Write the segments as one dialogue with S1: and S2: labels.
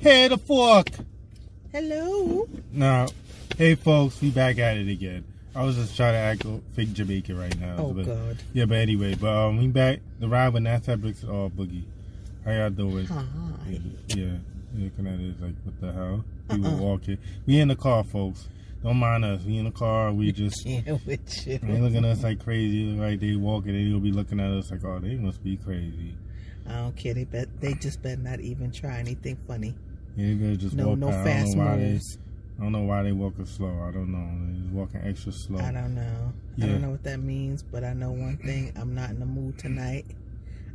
S1: Hey, the fork.
S2: Hello.
S1: No. Hey, folks, we back at it again. I was just trying to act a fake Jamaican right now.
S2: Oh,
S1: but,
S2: God.
S1: Yeah, but anyway, but um, we back. The ride with Nasty Bricks and all boogie. How y'all doing?
S2: Hi.
S1: Yeah, looking at it like, what the hell? We
S2: Uh-uh.
S1: were walking. We in the car, folks. Don't mind us. We in the car. We just
S2: Yeah, with you.
S1: they looking at us like crazy. Look Like they walking, they gonna be looking at us like, oh, they must be crazy.
S2: I don't care. They bet they just better not even try anything funny.
S1: Yeah, they better just
S2: No,
S1: walk
S2: no
S1: by. I don't
S2: fast
S1: know why they.
S2: moves.
S1: I don't know why they walking slow. I don't know. They just walking extra slow.
S2: I don't know. I
S1: Yeah.
S2: don't know what that means, but I know one thing. I'm not in the mood tonight.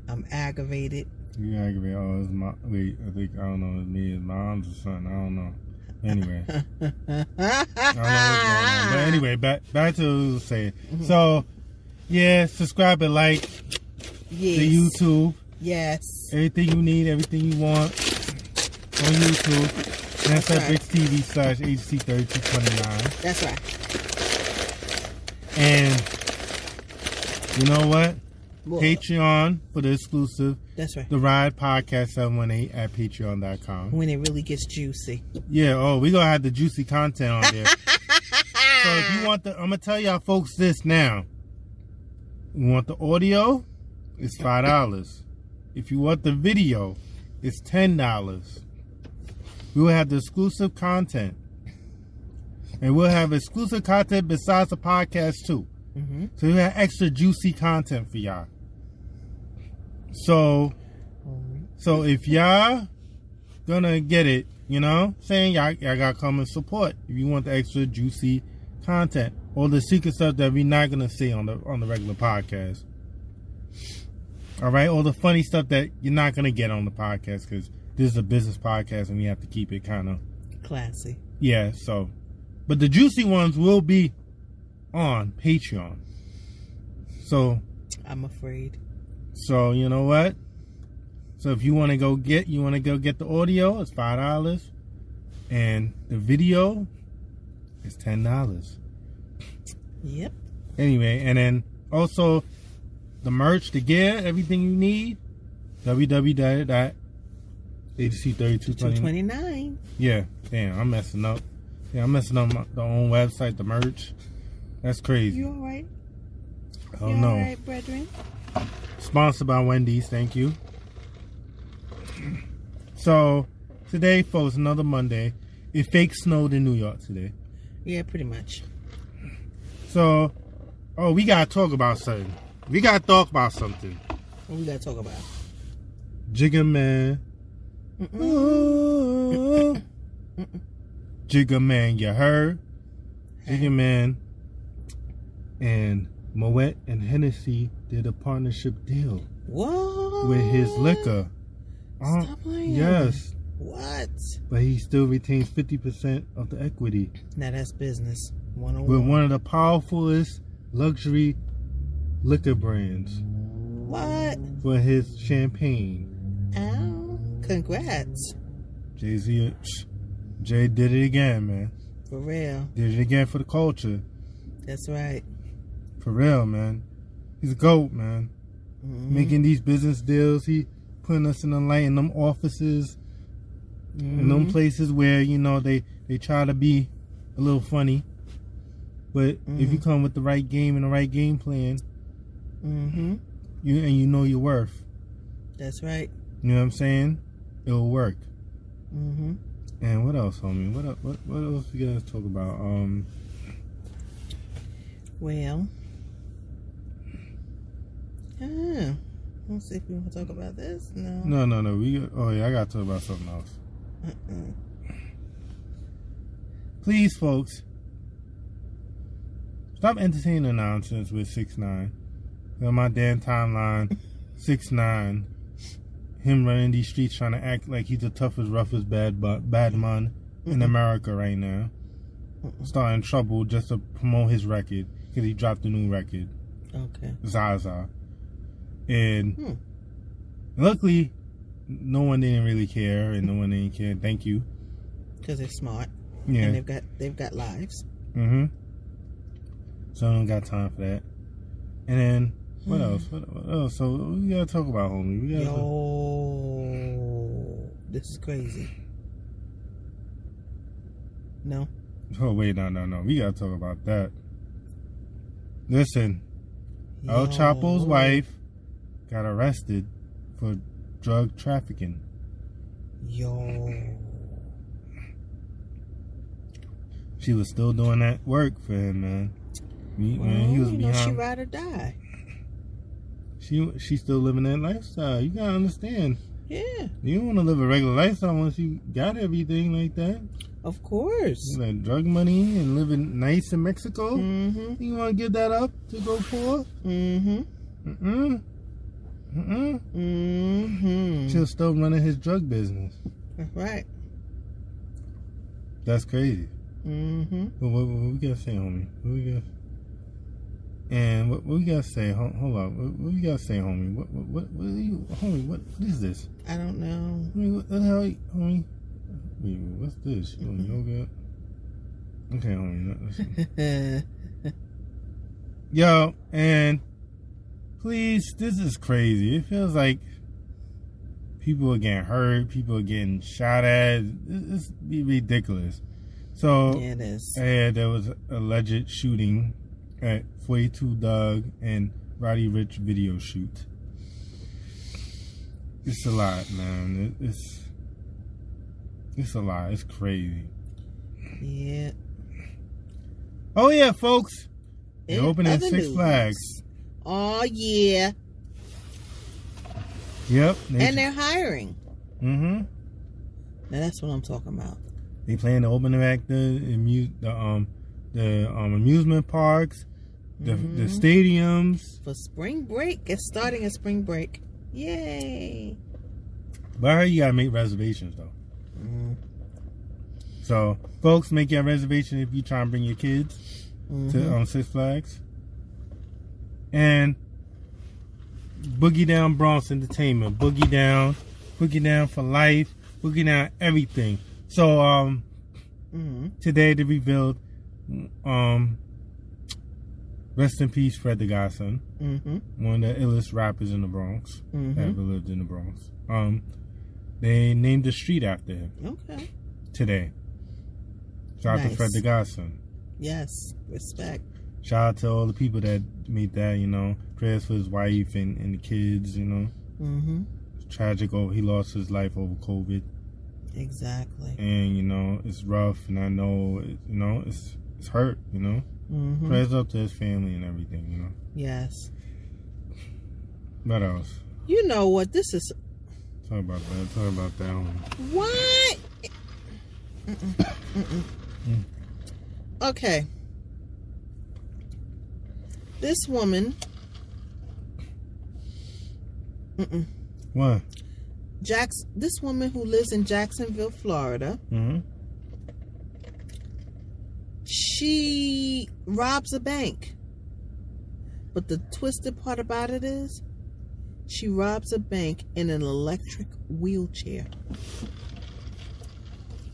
S2: I'm aggravated.
S1: You aggravate. Oh, it's my. Wait, I think I don't know. It's me. It's my arms or something. I don't know. Anyway, I don't know what's going on. But
S2: Ah.
S1: anyway, back back to what I was saying. So, yeah, subscribe and like
S2: yes.
S1: the YouTube.
S2: Yes.
S1: Everything you need, everything you want on YouTube. And that's at
S2: That's right.
S1: Bix TV slash HC thirty two twenty nine.
S2: That's right.
S1: And you know what?
S2: Well,
S1: Patreon for the exclusive
S2: That's right.
S1: The Ride Podcast 718 at patreon.com.
S2: When it really gets juicy.
S1: Yeah, oh, we gonna have the juicy content on there. so if you want the I'm gonna tell y'all folks this now. You want the audio? It's five dollars. If you want the video, it's ten dollars. We will have the exclusive content. And we'll have exclusive content besides the podcast too.
S2: Mm-hmm.
S1: So we have extra juicy content for y'all. So so if y'all gonna get it, you know, saying y'all, y'all gotta come and support if you want the extra juicy content or the secret stuff that we not gonna see on the on the regular podcast. All right, all the funny stuff that you're not gonna get on the podcast because this is a business podcast and we have to keep it kind of
S2: Classy.
S1: yeah. So, but the juicy ones will be on Patreon. So
S2: I'm afraid.
S1: so you know what? So if you want to go get, you want to go get the audio, it's five dollars, and the video is ten dollars.
S2: Yep.
S1: Anyway, and then also the merch, the gear, everything you need. www.hc3229.
S2: 229.
S1: Yeah, damn, I'm messing up. Yeah, I'm messing up my, the own website, the merch. That's crazy.
S2: You all right?
S1: I
S2: you
S1: don't know.
S2: all right, brethren?
S1: Sponsored by Wendy's, thank you. So today, folks, another Monday. It fake snowed in New York today.
S2: Yeah, pretty much.
S1: So, oh, we gotta talk about something. We gotta talk about something.
S2: What we gotta talk about?
S1: Jigga man,
S2: Mm-mm.
S1: ooh, Jigga man, you heard? Jigga man and Moet and Hennessy did a partnership deal
S2: What?
S1: with his liquor. Uh,
S2: Stop lying.
S1: yes,
S2: What?
S1: but he still retains 50% of the equity.
S2: Now that's business. One on
S1: With
S2: one.
S1: one of the powerfulest luxury liquor brands
S2: What?
S1: for his champagne.
S2: Ow. Congrats.
S1: Jay Z, Jay did it again, man.
S2: For real.
S1: Did it again for the culture.
S2: That's right.
S1: For real, man. He's a goat, man.
S2: Mhm.
S1: Making these business deals, he putting us in the light in them offices, in them
S2: Mhm.
S1: places where you know they they try to be a little funny. But if you
S2: Mhm.
S1: come with the right game and the right game plan,
S2: Mhm.
S1: you and you know your worth.
S2: That's right.
S1: You know what I'm saying? It'll work.
S2: Mhm.
S1: And what else, homie? What el- what what else we gotta talk about? Um,
S2: Well. Ah. Let's see if we want to talk about this. No.
S1: no, no, no. We oh yeah, I gotta talk about something else.
S2: Mm-mm.
S1: Please, folks, stop entertaining the nonsense with six nine. On my damn timeline, six nine, him running these streets trying to act like he's the toughest, roughest bad bu- bad man in
S2: Mhm.
S1: America right now.
S2: Mm-mm.
S1: Starting trouble just to promote his record because he dropped a new record.
S2: Okay.
S1: Zaza. And
S2: Hmm.
S1: luckily, no one didn't really care, and no one didn't care. Thank you.
S2: Because they're smart and
S1: Yeah.
S2: they've got they've got lives.
S1: Mm-hmm. So I don't got time for that. And then what
S2: Hmm.
S1: else? What, what else? So we gotta talk about homie. We gotta.
S2: Yo. This is crazy. No.
S1: Oh wait, no, no, no. We gotta talk about that. Listen, El
S2: Yo,
S1: Chapo's
S2: boy.
S1: wife got arrested for drug trafficking.
S2: Yo.
S1: She was still doing that work for him, man. Me-
S2: Well,
S1: man, he was
S2: Oh, you know, she
S1: behind.
S2: ride or die.
S1: She she still living that lifestyle. You gotta understand.
S2: Yeah,
S1: You don't want to live a regular lifestyle once you got everything like that.
S2: of course.
S1: You know, drug money and living nice in Mexico.
S2: Mm-hmm.
S1: You want to give that up to go poor?
S2: Mm-hmm.
S1: Mm-mm. Mm-mm.
S2: Mm-hmm.
S1: She's still running his drug business.
S2: That's right.
S1: That's crazy.
S2: Mm-hmm.
S1: What, what, what we gotta say, homie? What we got? And what, what we gotta say? Hold, hold on. What, what we gotta say, homie? What what what, what are you, homie? What, what is this?
S2: I don't know.
S1: Homie, what the hell, you- homie? Wait, what's this? You doing yoga? Okay, homie. let- let's- Yo, and please, this is crazy. It feels like people are getting hurt, people are getting shot at. This be ridiculous. So,
S2: yeah, it is.
S1: yeah, there was alleged shooting at 42 Doug and Roddy Rich video shoot. It's a lot, man. It, it's it's a lot. It's crazy.
S2: Yeah.
S1: Oh yeah, folks, they're
S2: In
S1: opening
S2: other
S1: Six
S2: news.
S1: Flags.
S2: Oh yeah,
S1: Yep.
S2: and they're hiring.
S1: mm-hmm.
S2: Now that's what I'm talking about.
S1: They plan to open them back the amu- the um the um amusement parks, the the
S2: Mhm.
S1: stadiums.
S2: For spring break, it's starting at spring break. Yay!
S1: But I heard you gotta make reservations though.
S2: Mm-hmm.
S1: So folks, make your reservation if you try and bring your kids
S2: Mm-hmm.
S1: to um, Six Flags. And Boogie Down Bronx Entertainment, Boogie Down, Boogie Down for life, Boogie Down everything. So um
S2: hmm
S1: today they revealed um rest in peace Fred the Godson.
S2: hmm
S1: one of the illest rappers in the Bronx
S2: Mhm.
S1: ever lived in the Bronx. Um, they named the street after him
S2: Okay.
S1: today. Shout out to
S2: Nice.
S1: Fred the Godson.
S2: Yes. Respect.
S1: Shout out to all the people that made that. You know, prayers for his wife and, and the kids. You know,
S2: hmm
S1: it's tragic. Oh, he lost his life over COVID,
S2: Exactly.
S1: and you know it's rough. And I know, it, you know, it's it's hurt. You know,
S2: hmm
S1: prayers up to his family and everything. You know,
S2: Yes.
S1: what else?
S2: You know what? This is
S1: Talk about that. Talk about that one.
S2: What? Mm-mm, mm-mm.
S1: Mm.
S2: Okay. This woman, Mm-mm.
S1: What?
S2: Jacks, this woman who lives in Jacksonville, Florida,
S1: hmm
S2: she robs a bank. But the twisted part about it is, she robs a bank in an electric wheelchair.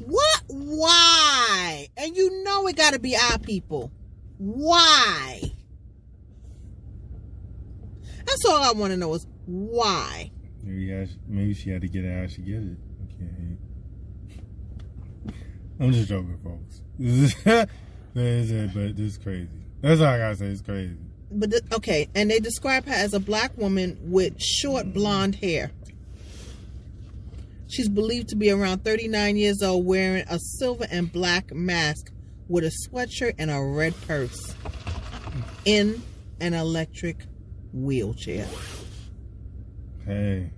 S2: What? Why? And you know it got to be our people. Why? That's all I want to know is why.
S1: Maybe I sh- maybe she had to get it how she get it. Okay. I'm just joking, folks. but, it's, but it's crazy. That's all I gotta say. It's crazy.
S2: But the, okay, and they describe her as a black woman with short blonde hair. She's believed to be around 39 years old, wearing a silver and black mask with a sweatshirt and a red purse in an electric wheelchair.
S1: Hey,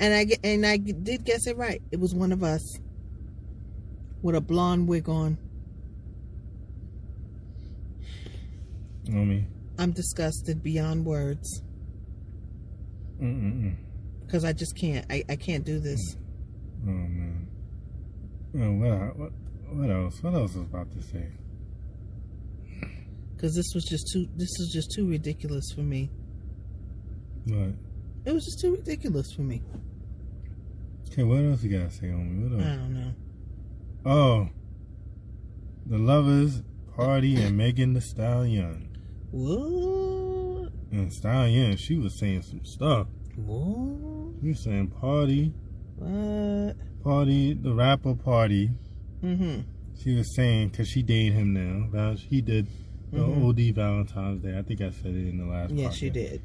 S2: And I ge- and I did guess it right. It was one of us with a blonde wig on.
S1: you know me.
S2: I'm disgusted beyond words
S1: Mm-mm-mm.
S2: because I just can't. I, I can't do this.
S1: Oh man. Oh, what, I- what what else? What else was I about to say?
S2: because this was just too this is just too ridiculous for me
S1: What?
S2: it was just too ridiculous for me
S1: Okay, what else you gotta say on me? What
S2: i
S1: else?
S2: don't know
S1: Oh, the lovers party and Megan the Stallion.
S2: what
S1: And Stallion, she was saying some stuff.
S2: what
S1: You saying party?
S2: what
S1: Party, the rapper party,
S2: mm-hmm
S1: She was saying because she dated him now. Val- He did the
S2: Mhm.
S1: OD Valentine's Day. I think I said it in the last.
S2: Yes, you
S1: podcast.
S2: did.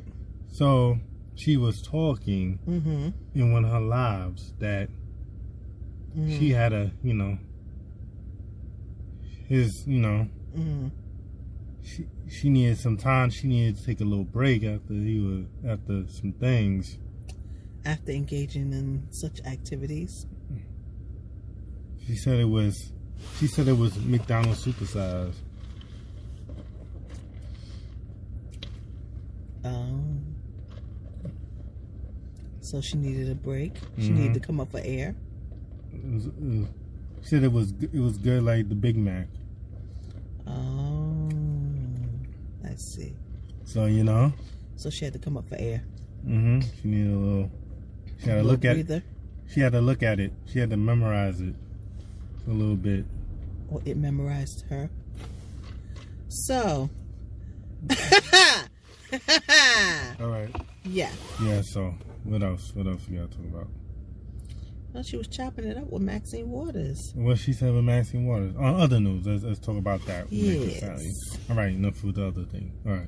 S1: So she was talking
S2: Mm-hmm.
S1: in one of her lives that
S2: Mm-hmm.
S1: she had a you know his you know
S2: Mm-hmm.
S1: she she needed some time. She needed to take a little break after he was after some things.
S2: After engaging in such activities,
S1: She said it was. She said it was McDonald's supersize.
S2: um, so she needed a break. She
S1: Mhm.
S2: needed to come up for air.
S1: It was, it was, she said it was g- it was good like the Big Mac.
S2: Oh, I see.
S1: So you know,
S2: So she had to come up for air.
S1: hmm she needed a little. She had to
S2: Little
S1: look at.
S2: breather,
S1: She had to look at it. She had to memorize it a little bit.
S2: or it memorized her. So,
S1: All right.
S2: yeah.
S1: Yeah. So what else? What else we gotta talk about?
S2: Well, she was chopping it up with Maxine Waters.
S1: What she said with Maxine Waters. On other news, let's, let's talk about that. when they get
S2: Yes.
S1: Sally. All right, enough with the other thing. All right.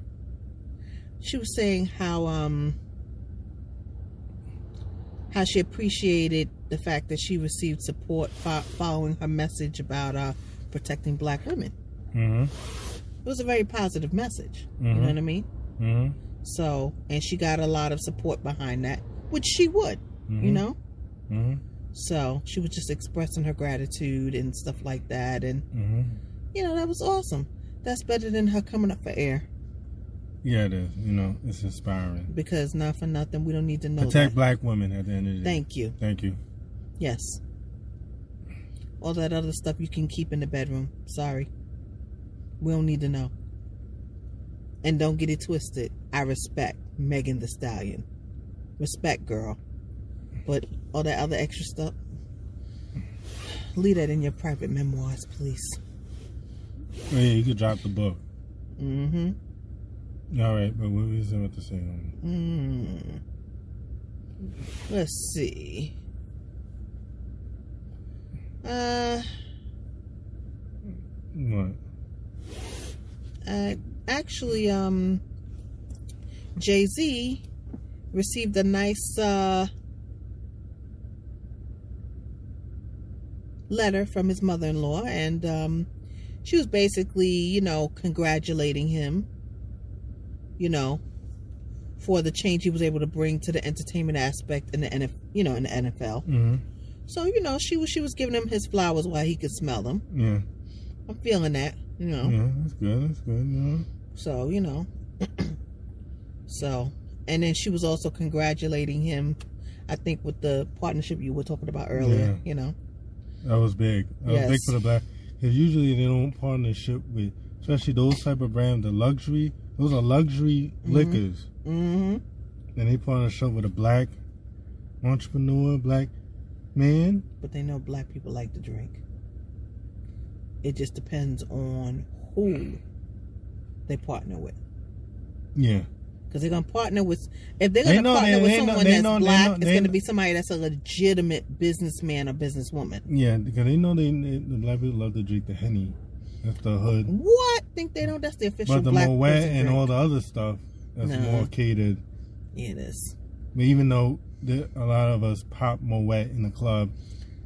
S2: She was saying how um how she appreciated the fact that she received support fo- following her message about uh protecting black women.
S1: Mm-hmm.
S2: It was a very positive message. You
S1: Mhm.
S2: know what I mean?
S1: Mm-hmm.
S2: So, and she got a lot of support behind that, which she would, you know?
S1: Mm-hmm.
S2: So, she was just expressing her gratitude and stuff like that and
S1: Mm-hmm.
S2: you know, that was awesome. That's better than her coming up for air
S1: Yeah, it is. You know, it's inspiring.
S2: because not for nothing, we don't need to know
S1: Protect
S2: that.
S1: black women at the end of the day.
S2: Thank you.
S1: Thank you.
S2: Yes. All that other stuff you can keep in the bedroom. Sorry. We don't need to know. And don't get it twisted. I respect Megan the Stallion. Respect, girl. But all that other extra stuff, leave that in your private memoirs, please.
S1: Oh, yeah, you could drop the book.
S2: Mm-hmm.
S1: All right, but what was it to say? on
S2: Mm. Let's see. Uh,
S1: What?
S2: uh, actually, um, Jay Z received a nice uh, letter from his mother in law, and um, she was basically, you know, congratulating him, you know, for the change he was able to bring to the entertainment aspect in the NFL, you know, in the NFL.
S1: Mm-hmm.
S2: So, you know, she was she was giving him his flowers while he could smell them.
S1: Yeah.
S2: I'm feeling that, you know.
S1: Yeah, that's good. That's good. You know?
S2: So, you know. so, and then she was also congratulating him, I think, with the partnership you were talking about earlier,
S1: Yeah.
S2: you know.
S1: That was big. That was big
S2: Yes.
S1: for the black. Because usually they don't partnership with, especially those type of brands, the luxury. Those are luxury
S2: Mhm.
S1: liquors.
S2: Mm-hmm.
S1: And they partnership with a black entrepreneur, black man.
S2: But they know black people like to drink. It just depends on who they partner with.
S1: Yeah.
S2: Because they're going to partner with, if they're
S1: They
S2: going to
S1: know
S2: partner
S1: they-
S2: with
S1: they know-
S2: someone
S1: they
S2: that's
S1: know- they
S2: black,
S1: know-
S2: it's
S1: they
S2: going to
S1: know-
S2: be somebody that's a legitimate businessman or businesswoman.
S1: Yeah, because they know they, they- the black people love to drink the henny. That's the hood.
S2: What? Think they don't? That's the official
S1: But the
S2: black
S1: Moet
S2: person
S1: and
S2: drink.
S1: all the other stuff that's
S2: No.
S1: more catered.
S2: Yeah, it is.
S1: But even though there, a lot of us pop Moet in the club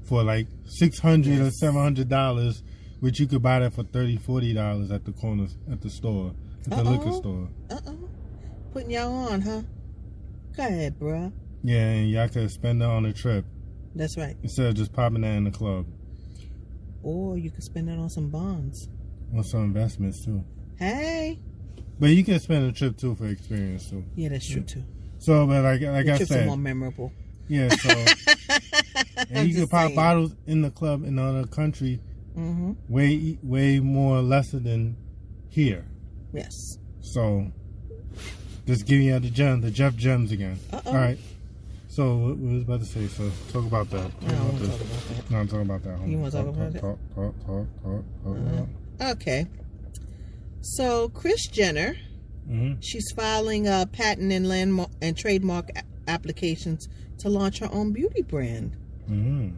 S1: for like six hundred or
S2: Yes.
S1: seven hundred dollars, which you could buy that for 30 dollars at the corner at the store, at the liquor
S2: Uh-oh.
S1: store.
S2: Uh-oh. Putting y'all on, huh? Go ahead, bruh.
S1: Yeah, and y'all could spend it on a trip
S2: That's right.
S1: instead of just popping that in the club
S2: Or you could spend it on some bonds.
S1: on some investments too.
S2: Hey.
S1: But you can spend a trip too for experience too.
S2: Yeah, that's true too.
S1: So, but like like
S2: Your
S1: I
S2: trips are more
S1: said,
S2: memorable.
S1: yeah. So.
S2: and
S1: And you can pop bottles in the club in another country
S2: Mm-hmm.
S1: way way more lesser than here.
S2: Yes.
S1: So just giving you the gem, the Jeff gems again.
S2: Uh-oh.
S1: All right. So what we was about to say? So talk about that. Talk
S2: I don't
S1: about
S2: want to talk
S1: this.
S2: about that.
S1: No, I'm talking about that. homie.
S2: You wanna talk about
S1: talk,
S2: it?
S1: Talk, talk, talk, talk, talk.
S2: Uh-huh. Okay. So, Chris Jenner,
S1: Mm-hmm.
S2: she's filing a patent and landmark and trademark a- applications to launch her own beauty brand.
S1: Mm-hmm.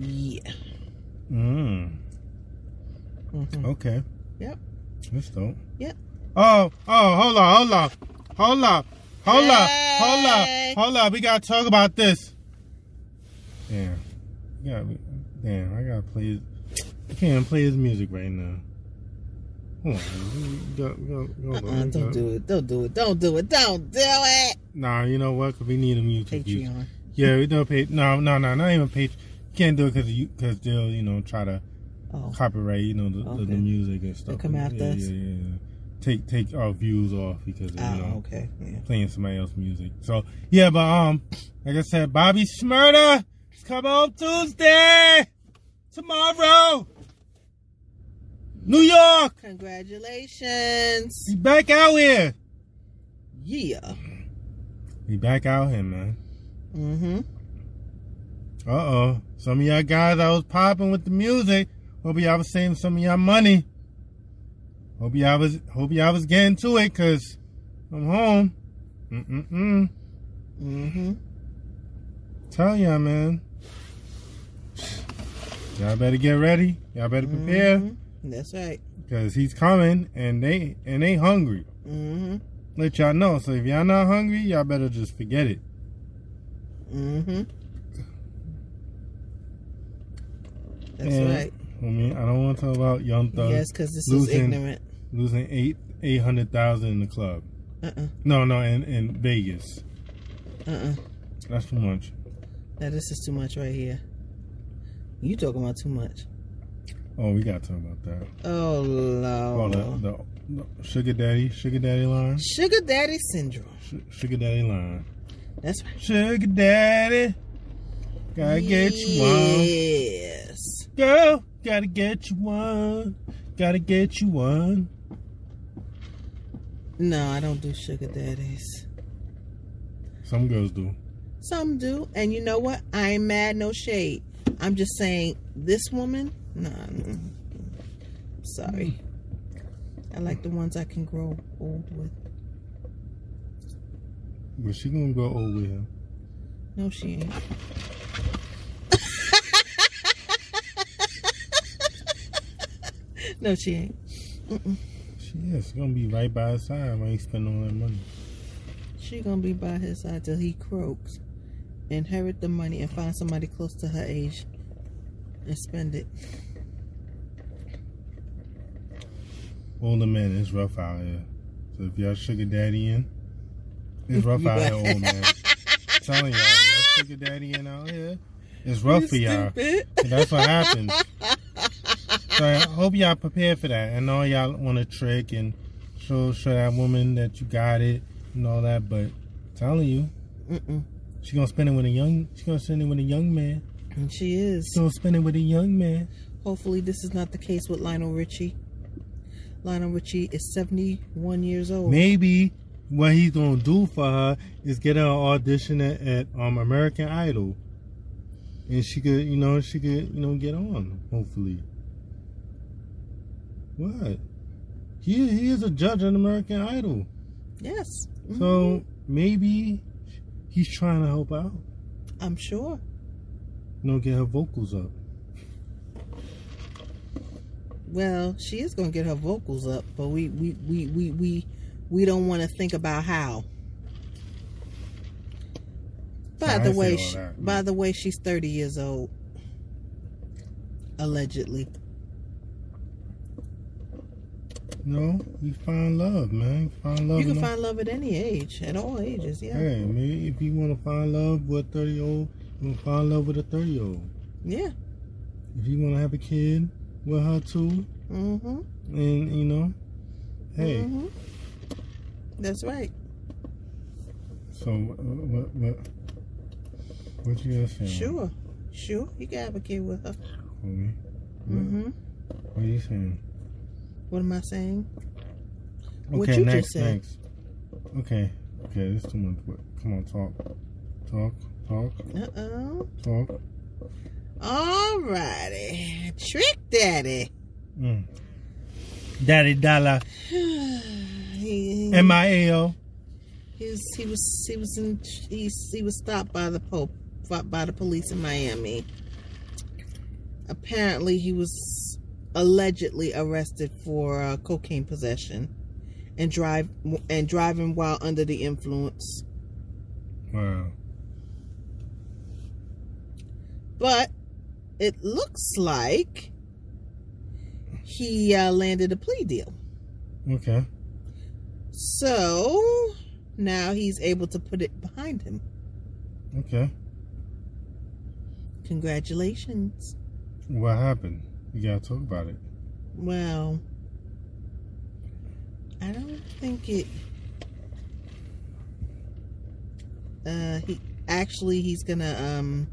S2: Yeah.
S1: Mm.
S2: Mhm.
S1: Okay.
S2: Yep.
S1: That's dope.
S2: Yep.
S1: Oh, oh, hold on, hold on, hold on, hold on, hold
S2: Hey.
S1: on, hold on. We gotta talk about this. Damn. Yeah. Damn. I gotta play. His, I can't play his music right now. Hold on. Go, go, go, go,
S2: Uh-uh,
S1: go.
S2: don't do it. Don't do it. Don't do it. Don't do it.
S1: Nah, you know what? 'Cause we need a music. use.
S2: Patreon.
S1: Yeah, we don't pay. No, no, no, not even pay. Can't do it because you because they'll you know try to
S2: Oh,
S1: copyright, you know, the, the,
S2: Okay.
S1: the music and stuff.
S2: come after
S1: yeah,
S2: us?
S1: Yeah, yeah, yeah. Take take our views off because of,
S2: ah,
S1: you know
S2: okay. Yeah.
S1: playing somebody else's music. So yeah, but um, like I said, Bobby Schmurda is coming on Tuesday, tomorrow, New York.
S2: Congratulations.
S1: He's back out here.
S2: Yeah.
S1: He back out here, man.
S2: Mm-hmm.
S1: Uh oh, some of y'all guys that was popping with the music. Hope y'all was saving some of y'all money. Hope y'all was hope y'all was getting to it, cause I'm home. Mm-mm-mm.
S2: Mm-hmm.
S1: Tell y'all, man. Y'all better get ready. Y'all better prepare,
S2: Mhm. That's right.
S1: cause he's coming, and they and they hungry.
S2: Mm-hmm.
S1: Let y'all know. So if y'all not hungry, y'all better just forget it.
S2: Mm-hmm. That's
S1: And,
S2: right.
S1: I mean, I don't want to talk about Young Thug
S2: Yes, because this is
S1: losing-
S2: ignorant.
S1: losing eight eight hundred thousand in the club.
S2: Uh-uh.
S1: No, no, in in Vegas.
S2: Uh-uh.
S1: That's too much.
S2: Now this is too much right here. You talking about too much.
S1: Oh, we gotta talk about that.
S2: Oh
S1: Oh,
S2: Lord.
S1: the, the, the sugar daddy, sugar daddy line,
S2: Sugar daddy syndrome.
S1: Sh- sugar daddy line,
S2: That's right.
S1: sugar daddy. Gotta get you one,
S2: Yes.
S1: girl. Gotta get you one. Gotta get you one.
S2: No, I don't do sugar daddies.
S1: Some girls do.
S2: Some do, and you know what? I ain't mad, no shade. I'm just saying, this woman, nah. mm, mm. Sorry. I like the ones I can grow old with.
S1: But she gonna grow old with him.
S2: No, she ain't. no, she ain't.
S1: She is. She gonna be right by his side when he spend all that money.
S2: She gonna be by his side till he croaks, inherit the money, and find somebody close to her age, and spend it.
S1: Older men, it's rough out here. So if y'all sugar daddy in, it's rough out here, old man. telling y'all, y'all sugar daddy in out here, it's rough for y'all.
S2: Stupid.
S1: And that's what happens. So I hope y'all prepared for that. I know y'all want to trick and show show that woman that you got it and all that, but telling you,
S2: Mm-mm.
S1: she gonna spend it with a young. She gonna spend it with a young man.
S2: And she is.
S1: She gonna spend it with a young man.
S2: Hopefully, this is not the case with Lionel Richie. Lionel Richie is 71 years old.
S1: Maybe what he's gonna do for her is get her an audition at, at um American Idol, and she could, you know, she could, you know, get on. Hopefully. What? He he is a judge on American Idol,
S2: Yes. Mm-hmm.
S1: so maybe he's trying to help out.
S2: I'm sure.
S1: You know, get her vocals up.
S2: Well, she is going to get her vocals up, but we we we we we, we don't want to think about how. By
S1: I
S2: the
S1: see
S2: way,
S1: all
S2: she,
S1: that.
S2: by the way, she's 30 years old. Allegedly.
S1: You know, you find love, man. You find love.
S2: You can
S1: in all-
S2: find love at any age, at all ages, yeah.
S1: Hey, maybe if you want to find love with a thirty year old, you want to find love with a thirty year old.
S2: Yeah.
S1: If you want to have a kid with her too,
S2: Mhm.
S1: and you know, hey,
S2: Mhm. That's right.
S1: so what, what, what, what you guys saying?
S2: Sure. Sure. You can have a kid with her.
S1: homie? What,
S2: Mm-hmm.
S1: what you saying?
S2: What am I saying?
S1: Okay,
S2: What you just
S1: next,
S2: said.
S1: next. Okay, okay, this is too much. work. Come on, talk, talk, talk,
S2: Uh-oh.
S1: talk.
S2: Alrighty. Trick Daddy.
S1: Mm. Daddy Dollar,
S2: he,
S1: M I A O.
S2: he was he was he was in he, he was stopped by the Pope by the police in Miami Apparently, he was allegedly arrested for uh, cocaine possession and drive and driving while under the influence.
S1: Wow.
S2: But it looks like he uh, landed a plea deal.
S1: Okay.
S2: So now he's able to put it behind him.
S1: Okay.
S2: Congratulations.
S1: What happened? You gotta talk about it.
S2: Well, I don't think it. Uh, he actually he's gonna um.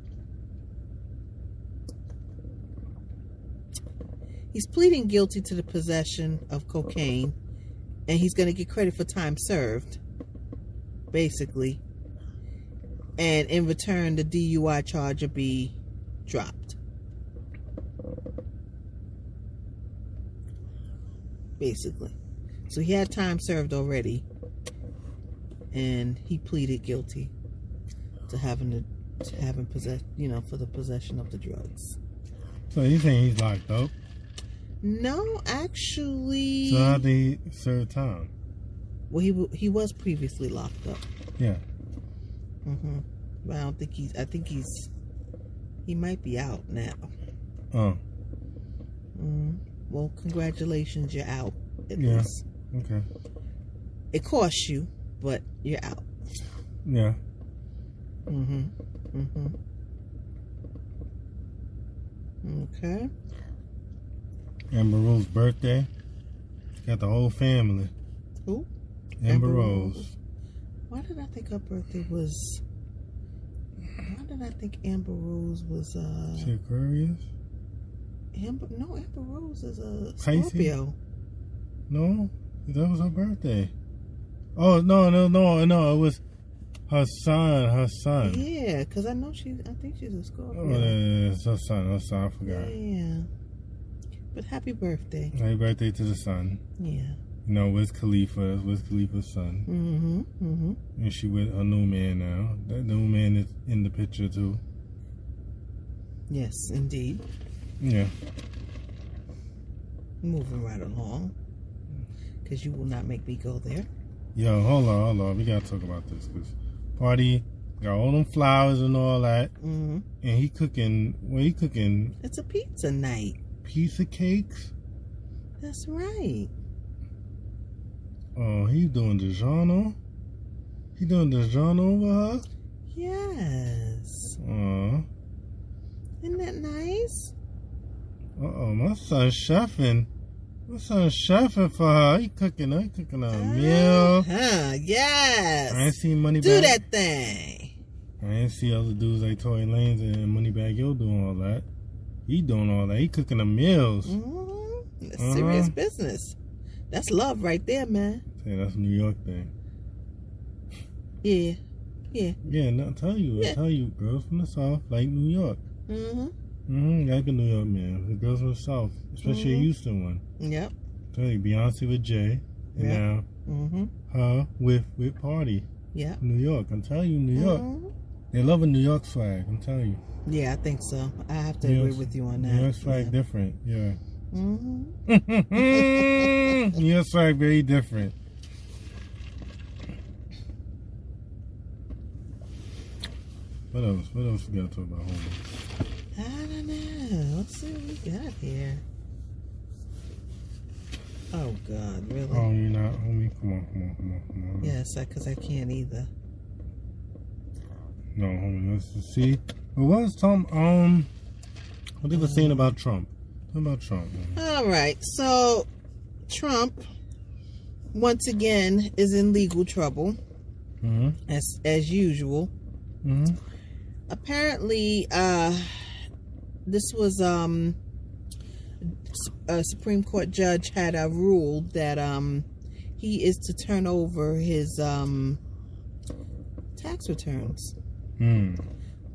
S2: He's pleading guilty to the possession of cocaine, and he's gonna get credit for time served. Basically, and in return, the DUI charge will be dropped. Basically. So he had time served already, and he pleaded guilty to having the, to having possess, you know, for the possession of the drugs.
S1: So you think he's locked up?
S2: No, actually,
S1: So how did he serve time?
S2: well, he wa- he was previously locked up.
S1: Yeah.
S2: hmm But I don't think he's. I think he's. He might be out now.
S1: Oh,
S2: Mm. Well, congratulations, you're out. At
S1: Yeah.
S2: least
S1: okay.
S2: it costs you, but you're out.
S1: Yeah.
S2: Mm-hmm. Mm-hmm. Okay.
S1: Amber Rose birthday. Got the whole family.
S2: Who?
S1: Amber,
S2: Amber
S1: Rose.
S2: Rose. Why did I think her birthday was? Why did I think Amber Rose was
S1: She
S2: uh
S1: Aquarius?
S2: Amber? No, Amber Rose is a
S1: Pisces?
S2: Scorpio.
S1: No, that was her birthday. Oh no no no no! It was her son. Her son.
S2: Yeah, because I know she. I think she's a
S1: Oh,
S2: Scorpio.
S1: yeah, yeah, it's her son. Her son. I forgot.
S2: Yeah. But happy birthday.
S1: Happy birthday to the son.
S2: Yeah.
S1: You know, Wiz Khalifa. That's Wiz Khalifa's son.
S2: Mm-hmm. Mm-hmm.
S1: And she with her new man now. That new man is in the picture too.
S2: Yes, indeed.
S1: Yeah.
S2: Moving right along.
S1: Mm.
S2: Because you will not make me go there.
S1: Yo, hold on, hold on. We gotta talk about this because party got all them flowers and all that,
S2: Mm-hmm.
S1: and he cooking. Well, he cooking
S2: It's a pizza night.
S1: pizza cakes.
S2: That's right.
S1: Oh, he doing DiGiorno? He doing DiGiorno over her?
S2: Yes.
S1: Oh,
S2: Isn't that nice?
S1: uh-oh, my son chefing. My son chefing for her. He cooking her. He cooking her a meal.
S2: Uh-huh. Yes.
S1: Oh, I ain't seen Moneybag.
S2: Do that thing.
S1: I ain't see other dudes like Tory Lanez and Moneybag Yo doing all that. He doing all that. He cooking the meals.
S2: Mm-hmm. That's
S1: Uh-huh.
S2: serious business. That's love right there, man.
S1: Say, that's a New York thing.
S2: Yeah.
S1: Yeah, no, I tell you. I
S2: Yeah.
S1: tell you, girls from the South like New York.
S2: Mm-hmm.
S1: hmm like a New York man. The girls from the South, especially a
S2: Mhm.
S1: Houston one.
S2: Yep.
S1: tell you, Beyonce with Jay. And
S2: Yeah.
S1: now
S2: Mm-hmm.
S1: her with with Party,
S2: Yep.
S1: New York. I'm telling you, New York.
S2: Mhm.
S1: They love a New York flag. I'm telling you,
S2: Yeah, I think so. I have to
S1: New
S2: agree
S1: York's-
S2: with you on that.
S1: New York flag
S2: yeah.
S1: different. Yeah,
S2: hmm
S1: New York flag very different. What else? What else we gotta talk about, homie?
S2: I don't know. Let's see what we got here. Oh God, really?
S1: Oh, you not, homie? Come on, come on, come on, come on.
S2: Yes, because I, can't either.
S1: No, homie. Let's just see. But what was Tom? Um, what they were saying about Trump? Talking about Trump. homie.
S2: All right, so Trump once again is in legal trouble
S1: Mhm.
S2: as as usual.
S1: Mhm.
S2: Apparently, uh, this was um, a Supreme Court judge had uh, ruled that um, he is to turn over his um, tax returns.
S1: Hmm.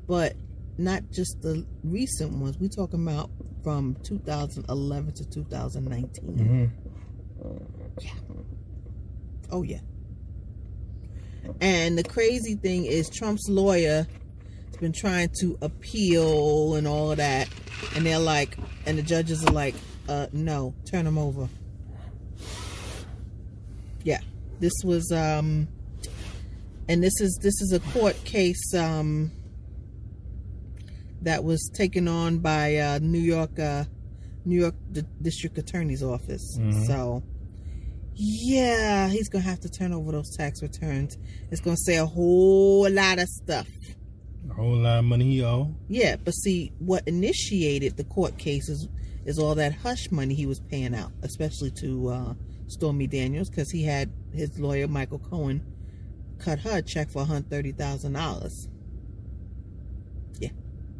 S2: but not just the recent ones. We're talking about from 2011 to 2019.
S1: Mhm.
S2: Oh, yeah. And the crazy thing is, Trump's lawyer been trying to appeal and all of that, and they're like, and the judges are like, uh, no, turn him over. Yeah, this was, um, and this is this is a court case um, that was taken on by uh, New York, uh, New York D- District Attorney's Office.
S1: Mhm.
S2: So, yeah, he's gonna have to turn over those tax returns. It's gonna say a whole lot of stuff.
S1: A whole lot of money he owe.
S2: Yeah, but see, what initiated the court cases is all that hush money he was paying out, especially to uh, Stormy Daniels, because he had his lawyer Michael Cohen cut her a check for one hundred thirty thousand dollars.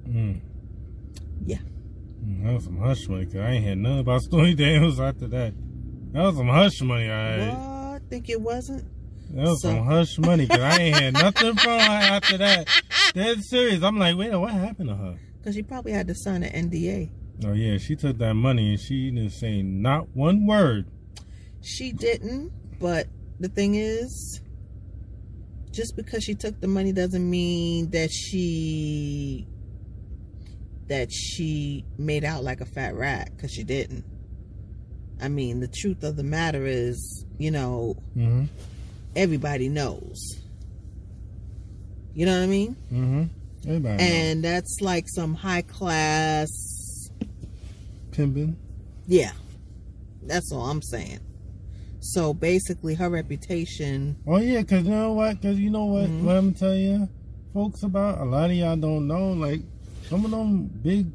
S1: Mm.
S2: Yeah.
S1: Mm, that was some hush money. 'cause I ain't hear nothing about Stormy Daniels after that. That was some hush money. I
S2: What? Think it wasn't?
S1: that was
S2: So-
S1: some hush money. Cause I ain't hear nothing from her after that. Dead serious. I'm like, wait, what happened to her?
S2: Because she probably had to sign an NDA.
S1: Oh yeah, she took that money and she didn't say not one word.
S2: She didn't, but the thing is, just because she took the money doesn't mean that she that she made out like a fat rat because she didn't. I mean, the truth of the matter is, you know,
S1: Mm-hmm.
S2: everybody knows. You know what I mean?
S1: Mm-hmm. Everybody and
S2: And that's like some high class
S1: pimping.
S2: Yeah. That's all I'm saying. So basically her reputation
S1: Oh yeah, cause you know what? Cause you know what?
S2: Mhm.
S1: What I'm telling you, folks about a lot of y'all don't know. Like some of them big,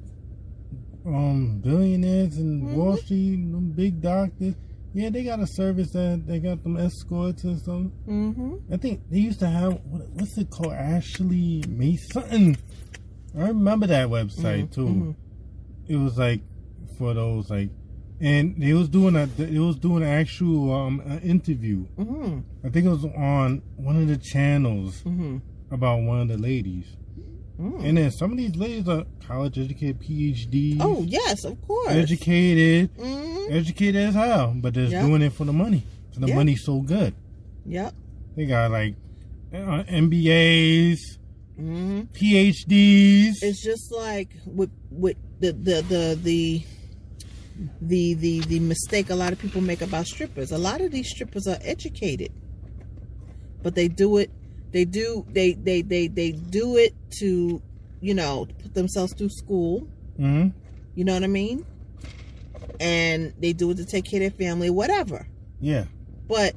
S1: um, billionaires and Wall Street, and them big doctors. Yeah, they got a service that they got them escorts and something.
S2: mm-hmm.
S1: I think they used to have what, what's it called? Ashley Mason. something. I remember that website
S2: Mm-hmm.
S1: too. It was like for those like, and they was doing a they was doing an actual um an interview.
S2: Mm-hmm.
S1: I think it was on one of the channels
S2: Mm-hmm.
S1: about one of the ladies.
S2: Mm-hmm.
S1: And then some of these ladies are college educated, PhD,
S2: Oh yes, of course.
S1: educated,
S2: hmm
S1: educated as hell, but they're
S2: Yeah.
S1: doing it for the money. 'Cause the
S2: Yeah.
S1: money's so good.
S2: Yep.
S1: They got like uh, MBAs,
S2: hmm
S1: PhDs.
S2: It's just like with with the the the the the the the mistake a lot of people make about strippers. A lot of these strippers are educated, but they do it. They do they they they they do it to you know put themselves through school.
S1: hmm
S2: You know what I mean? And they do it to take care of their family, whatever.
S1: Yeah.
S2: But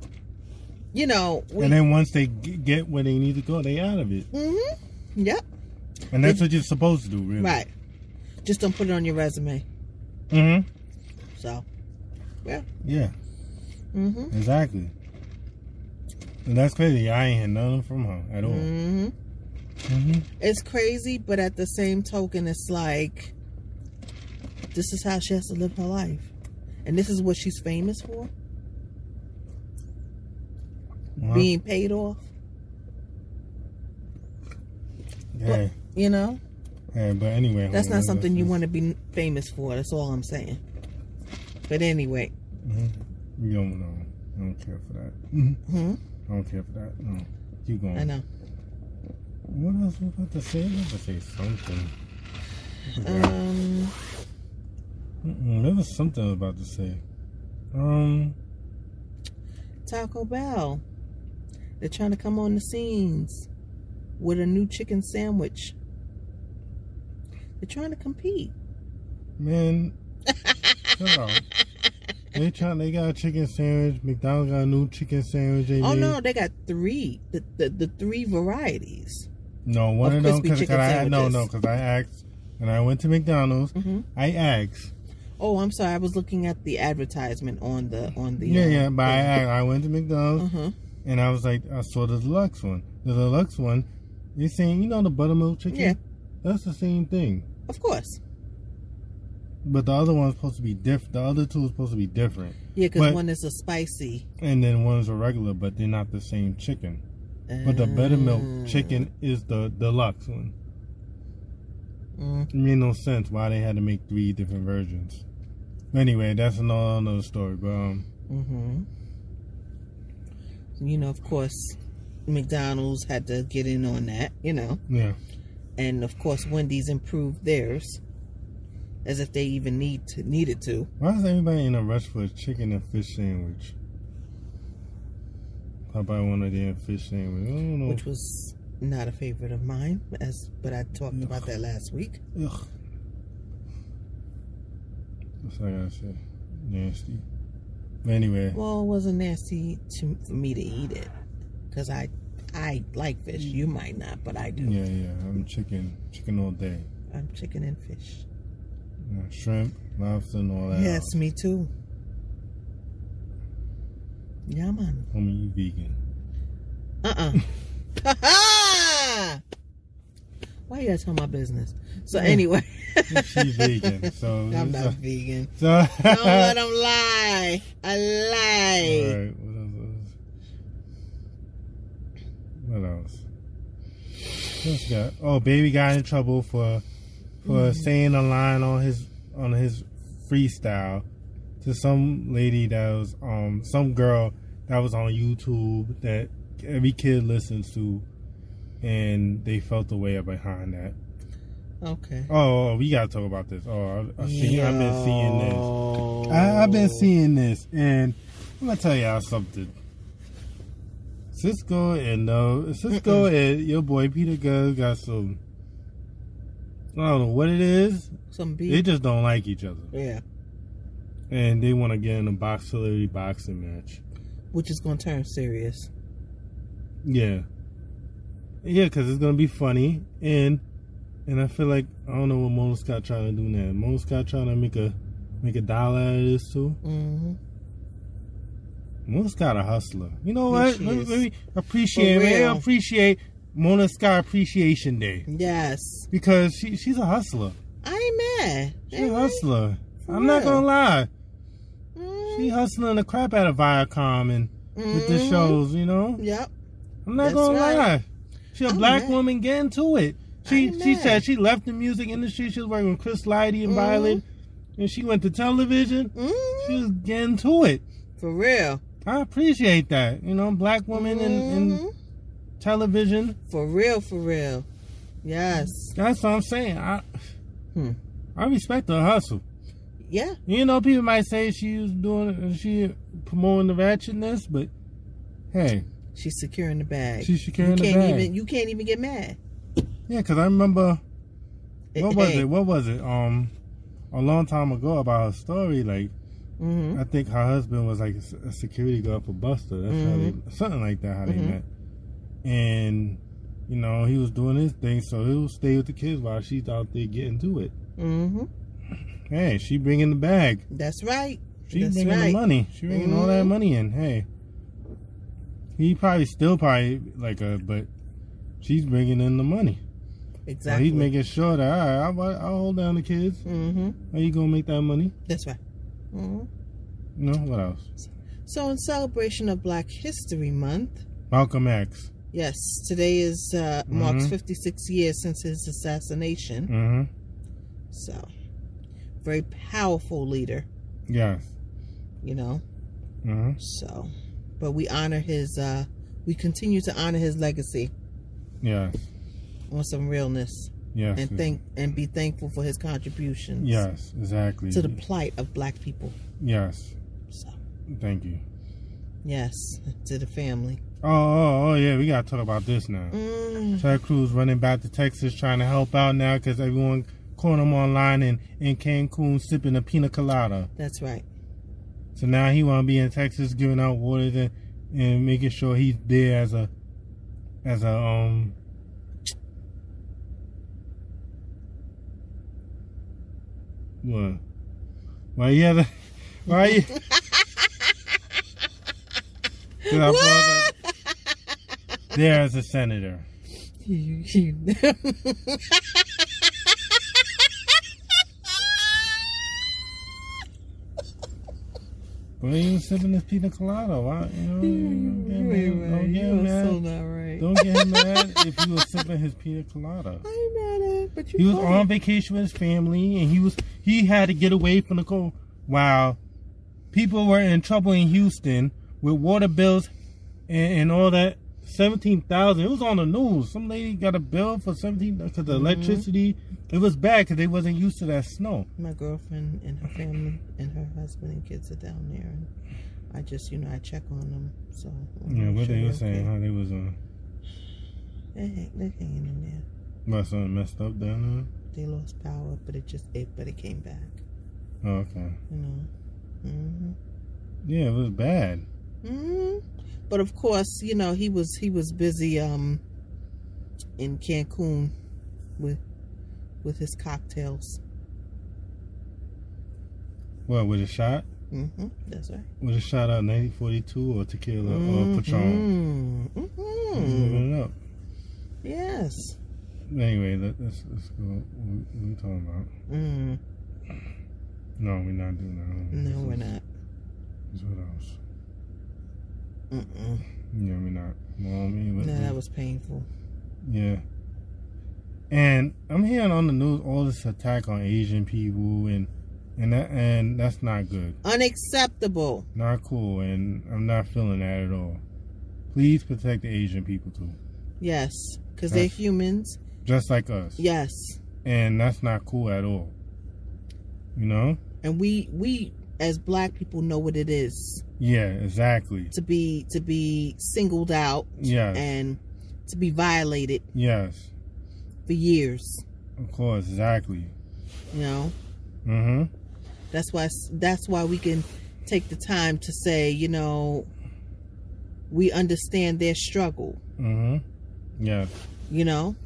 S2: you know, we,
S1: and then once they g- get where they need to go, they out of it.
S2: Mhm. yep,
S1: And that's what you're supposed to do, really.
S2: right. Just don't put it on your resume.
S1: hmm
S2: So,
S1: Yeah,
S2: mm-hmm.
S1: exactly. And that's crazy. I ain't hear nothing from her at all.
S2: hmm
S1: hmm
S2: it's crazy, but at the same token, it's like this is how she has to live her life, and this is what she's famous for
S1: Well,
S2: being paid off.
S1: yeah,
S2: You know,
S1: yeah, but anyway,
S2: that's
S1: hold on,
S2: not something
S1: let's-
S2: you want to be famous for. That's all I'm saying. But anyway,
S1: Mhm. You don't know. I don't care for that. Mhm.
S2: hmm
S1: I don't care for that. No, keep going.
S2: I know.
S1: What else was I about to say? I was about to say something.
S2: Um.
S1: Mm-mm, there was something I was about to say. Um,
S2: Taco Bell. They're trying to come on the scenes with a new chicken sandwich. They're trying to compete.
S1: man, chill out. They trying. They got a chicken sandwich. McDonald's got a new chicken sandwich. They
S2: Oh
S1: made.
S2: no, they got three the, the, the three varieties.
S1: No, one
S2: Of
S1: of them.
S2: crispy
S1: Cause, 'cause
S2: chicken
S1: I no
S2: sandwiches.
S1: no because I asked and I went to McDonald's.
S2: Mm-hmm.
S1: I asked.
S2: Oh, I'm sorry, I was looking at the advertisement on the on the
S1: Yeah yeah. But I asked, I went to McDonald's.
S2: Uh huh.
S1: And I was like, I saw the deluxe one. The deluxe one, you're saying, you know, the buttermilk chicken?
S2: Yeah.
S1: That's the same thing.
S2: Of course.
S1: But the other one's supposed to be different. The other two is supposed to be different.
S2: Yeah, because
S1: But-
S2: one is a spicy.
S1: And then one's a regular, but they're not the same chicken. But the
S2: Uh,
S1: buttermilk chicken is the deluxe one.
S2: mm,
S1: It made no sense why they had to make three different versions. But anyway, that's another another story. But um,
S2: Mhm. You know, of course, McDonald's had to get in on that. You know.
S1: yeah.
S2: and of course Wendy's improved theirs, as if they even need to needed to.
S1: Why is everybody in a rush for a chicken and fish sandwich? Probably one of their fish sandwich. I don't know.
S2: which was not a favorite of mine as but I talked about that last week.
S1: Ugh. That's all I gotta say. Nasty. But anyway,
S2: Well, it wasn't nasty to for me to eat it cuz I I like fish. You might not, but I do.
S1: yeah, yeah. I'm chicken, chicken all day.
S2: I'm chicken and fish.
S1: You know, shrimp, lobster, and all that.
S2: Yes, me too. Yeah, man.
S1: Homie, you vegan.
S2: Uh-uh. Why you gotta tell my business? So anyway,
S1: She's vegan, so
S2: I'm
S1: it's
S2: not
S1: a-
S2: vegan.
S1: So,
S2: Don't let them lie. I lie.
S1: All right, what else? What else? What else we got? Oh, baby got in trouble for for saying a line on his on his freestyle to some lady that was um some girl that was on YouTube that every kid listens to, and they felt the way behind that.
S2: Okay.
S1: Oh, oh, we gotta talk about this. Oh, I, I see, I've been seeing this.
S2: this.
S1: I, I've been seeing this, and I'm gonna tell y'all something. Cisco and uh, Cisco and your boy Peter Gunn got some. I don't know what it is.
S2: some
S1: They
S2: beef.
S1: just don't like each other,
S2: yeah,
S1: and they want to get in a box celebrity boxing match.
S2: which is gonna turn serious.
S1: Yeah, yeah, because it's gonna be funny, and and I feel like I don't know what Mona Scott trying to do now. Mona Scott trying to make a make a dollar out of this too.
S2: Mm-hmm.
S1: Mona Scott a hustler. You know
S2: Yeah,
S1: what?
S2: she
S1: Let me,
S2: is.
S1: let me appreciate
S2: For
S1: let me
S2: real.
S1: appreciate Mona Scott Appreciation Day
S2: Yes,
S1: because she she's a hustler.
S2: I ain't mad.
S1: She's
S2: Ain't
S1: a
S2: I?
S1: hustler.
S2: Mm-hmm. For
S1: I'm not
S2: real.
S1: gonna lie.
S2: Mm.
S1: She hustling the crap out of Viacom and with the
S2: Mhm.
S1: shows. You know,
S2: Yep.
S1: I'm not
S2: That's
S1: gonna
S2: right.
S1: lie. She a
S2: I'm
S1: black
S2: mad.
S1: woman getting to it. She
S2: I'm
S1: she
S2: mad.
S1: said she left the music industry. She was working with Chris Lighty and
S2: Mhm.
S1: Violet, and she went to television.
S2: Mm.
S1: She was getting to it.
S2: For real.
S1: I appreciate that. You know, black woman in, in
S2: Mhm.
S1: television.
S2: for real, for real. Yes.
S1: That's what I'm saying. I
S2: Hmm.
S1: I respect her hustle.
S2: Yeah.
S1: You know, people might say she was doing she promoting the ratchetness, but hey,
S2: She's securing the bag.
S1: she's securing
S2: you
S1: the
S2: can't
S1: bag.
S2: even. You can't even get mad.
S1: Yeah, because I remember what was
S2: Hey.
S1: it? What was it? Um, a long time ago about her story. Like
S2: Mhm.
S1: I think her husband was like a s- a security guard for Buster. That's
S2: Mm-hmm.
S1: how they something like that. How they
S2: Mhm.
S1: met, and you know he was doing his thing, so he'll stay with the kids while she's out there getting to it.
S2: Mm-hmm.
S1: Hey, she bringing the bag.
S2: That's right.
S1: She
S2: That's
S1: bringing the
S2: right. Mm-hmm.
S1: money. She bringing all that money in. Hey, he probably still probably like a, but she's bringing in the money. So
S2: Exactly.
S1: he's making sure that all right, I'll, I'll hold down the kids.
S2: mm-hmm.
S1: How you gonna make that money?
S2: That's right. hmm
S1: No, what else?
S2: So, in celebration of Black History Month,
S1: Malcolm X.
S2: yes, today is uh, marks
S1: Mhm.
S2: 56 years since his assassination.
S1: Mm-hmm.
S2: So, very powerful leader,
S1: Yes.
S2: you know.
S1: Mm-hmm.
S2: So, but we honor his. uh We continue to honor his legacy
S1: Yes.
S2: on some realness,
S1: Yes.
S2: and thank and be thankful for his contributions
S1: Yes. Exactly.
S2: to the plight of Black people.
S1: yes.
S2: So,
S1: Thank you.
S2: yes, to the family.
S1: Oh, oh, oh, yeah. We gotta talk about this now.
S2: Mm.
S1: Ted Cruz running back to Texas trying to help out now because everyone calling him online and in Cancun sipping a pina colada.
S2: That's right.
S1: So now he want to be in Texas giving out waters and, and making sure he's there as a as a um what? Why you had a why you? Did I pause it? there as a senator.
S2: You- you-
S1: Why you was sipping this pina colada? Why? You know, don't get mad- don't get
S2: You are
S1: mad.
S2: so not right.
S1: Don't get mad if you was sipping his pina colada.
S2: I ain't mad at, but you.
S1: He was
S2: funny.
S1: on vacation with his family, and he was he had to get away from the cold. While people were in trouble in Houston with water bills and, and all that seventeen thousand. It was on the news. Some lady got a bill for seventeen because the
S2: Mhm.
S1: electricity. It was bad because they wasn't used to that snow.
S2: My girlfriend and her family and her husband and kids are down there, and I just, you know, I check on them. So I'm
S1: Yeah, what
S2: sure
S1: they
S2: they're
S1: were saying,
S2: okay.
S1: how they was uh,
S2: They hang- They're hanging in there.
S1: my son messed up down
S2: They lost power, but it just it, but it came back.
S1: there. Oh, okay.
S2: You know. hmm
S1: Yeah, it was bad.
S2: hmm But of course, you know he was he was busy um in Cancun with with his cocktails.
S1: What with a shot?
S2: Mm-hmm. That's right.
S1: With a shot out 1942 or tequila or Patron?
S2: Mm-hmm. Mm-hmm.
S1: Moving it up.
S2: Yes.
S1: Anyway, let, let's let's go. What we talking about?
S2: Mm.
S1: No, we're not doing that.
S2: No,
S1: This
S2: we're
S1: is-
S2: not.
S1: this is what else?
S2: Mm-mm.
S1: Yeah, we're not. You know what I mean? Let-
S2: No,
S1: let-
S2: that was painful.
S1: Yeah. And I'm hearing on the news all this attack on Asian people and and that and that's not good.
S2: Unacceptable.
S1: Not cool and I'm not feeling that at all. Please protect the Asian people too.
S2: Yes, because they're
S1: Yes.
S2: humans.
S1: Just like us.
S2: Yes,
S1: And that's not cool at all. You know?
S2: and we we as black people know what it is
S1: Yeah, exactly.
S2: to be to be singled out
S1: Yes.
S2: and to be violated
S1: Yes.
S2: for years.
S1: Of course, exactly.
S2: You know,
S1: Mm-hmm.
S2: that's why that's why we can take the time to say, you know, we understand their struggle.
S1: Mm-hmm. Yeah.
S2: You know,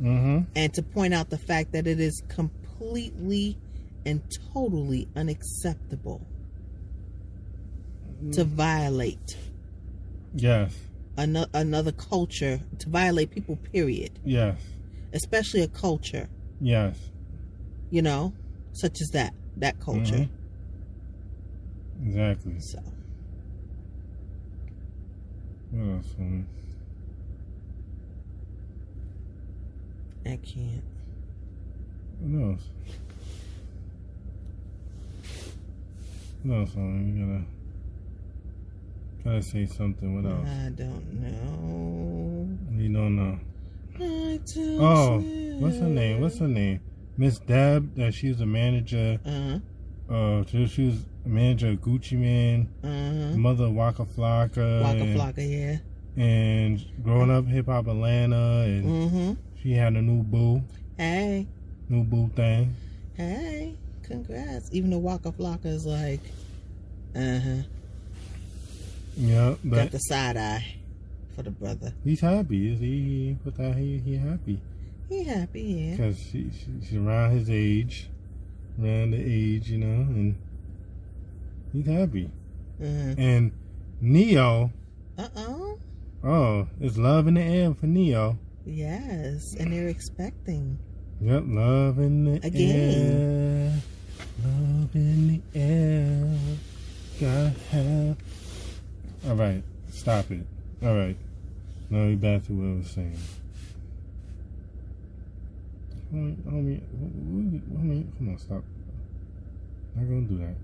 S1: Mm-hmm.
S2: and to point out the fact that it is completely and totally unacceptable
S1: Mm-hmm.
S2: to violate
S1: Yes.
S2: another, another culture, to violate people, period,
S1: Yes.
S2: especially a culture,
S1: Yes.
S2: you know, such as that, that culture.
S1: Mhm. Exactly.
S2: So,
S1: What else, homie?
S2: I can't.
S1: What else? What else, homie? You gotta gotta say something. What else?
S2: I don't know.
S1: You don't know.
S2: I don't
S1: Oh, What's her name? What's her name? Miss Deb. That she was a manager.
S2: Uh
S1: Uh, she she was a manager of Gucci Man,
S2: huh. Uh huh.
S1: mother of Waka Flocka,
S2: Waka
S1: and,
S2: Flocka, yeah.
S1: and growing up hip hop Atlanta, and
S2: Mm hmm.
S1: she had a new boo,
S2: Hey,
S1: new boo thing.
S2: hey, congrats. Even though Waka Flocka is like, uh huh.
S1: Yeah,
S2: Got
S1: but
S2: the side eye for the brother.
S1: he's happy. Is he? Put that he he happy.
S2: He happy, yeah.
S1: because she, she, she's around his age, around the age, you know, and he's happy.
S2: Uh
S1: And Neo,
S2: uh oh.
S1: oh, it's love in the air for Neo.
S2: Yes, and they're expecting.
S1: Yep, love in the
S2: Again.
S1: air, love in the air. Gotta have. All right, stop it. All right, now we back to what I was saying. Homie, homie, homie, homie, come on, stop. Not gonna do that.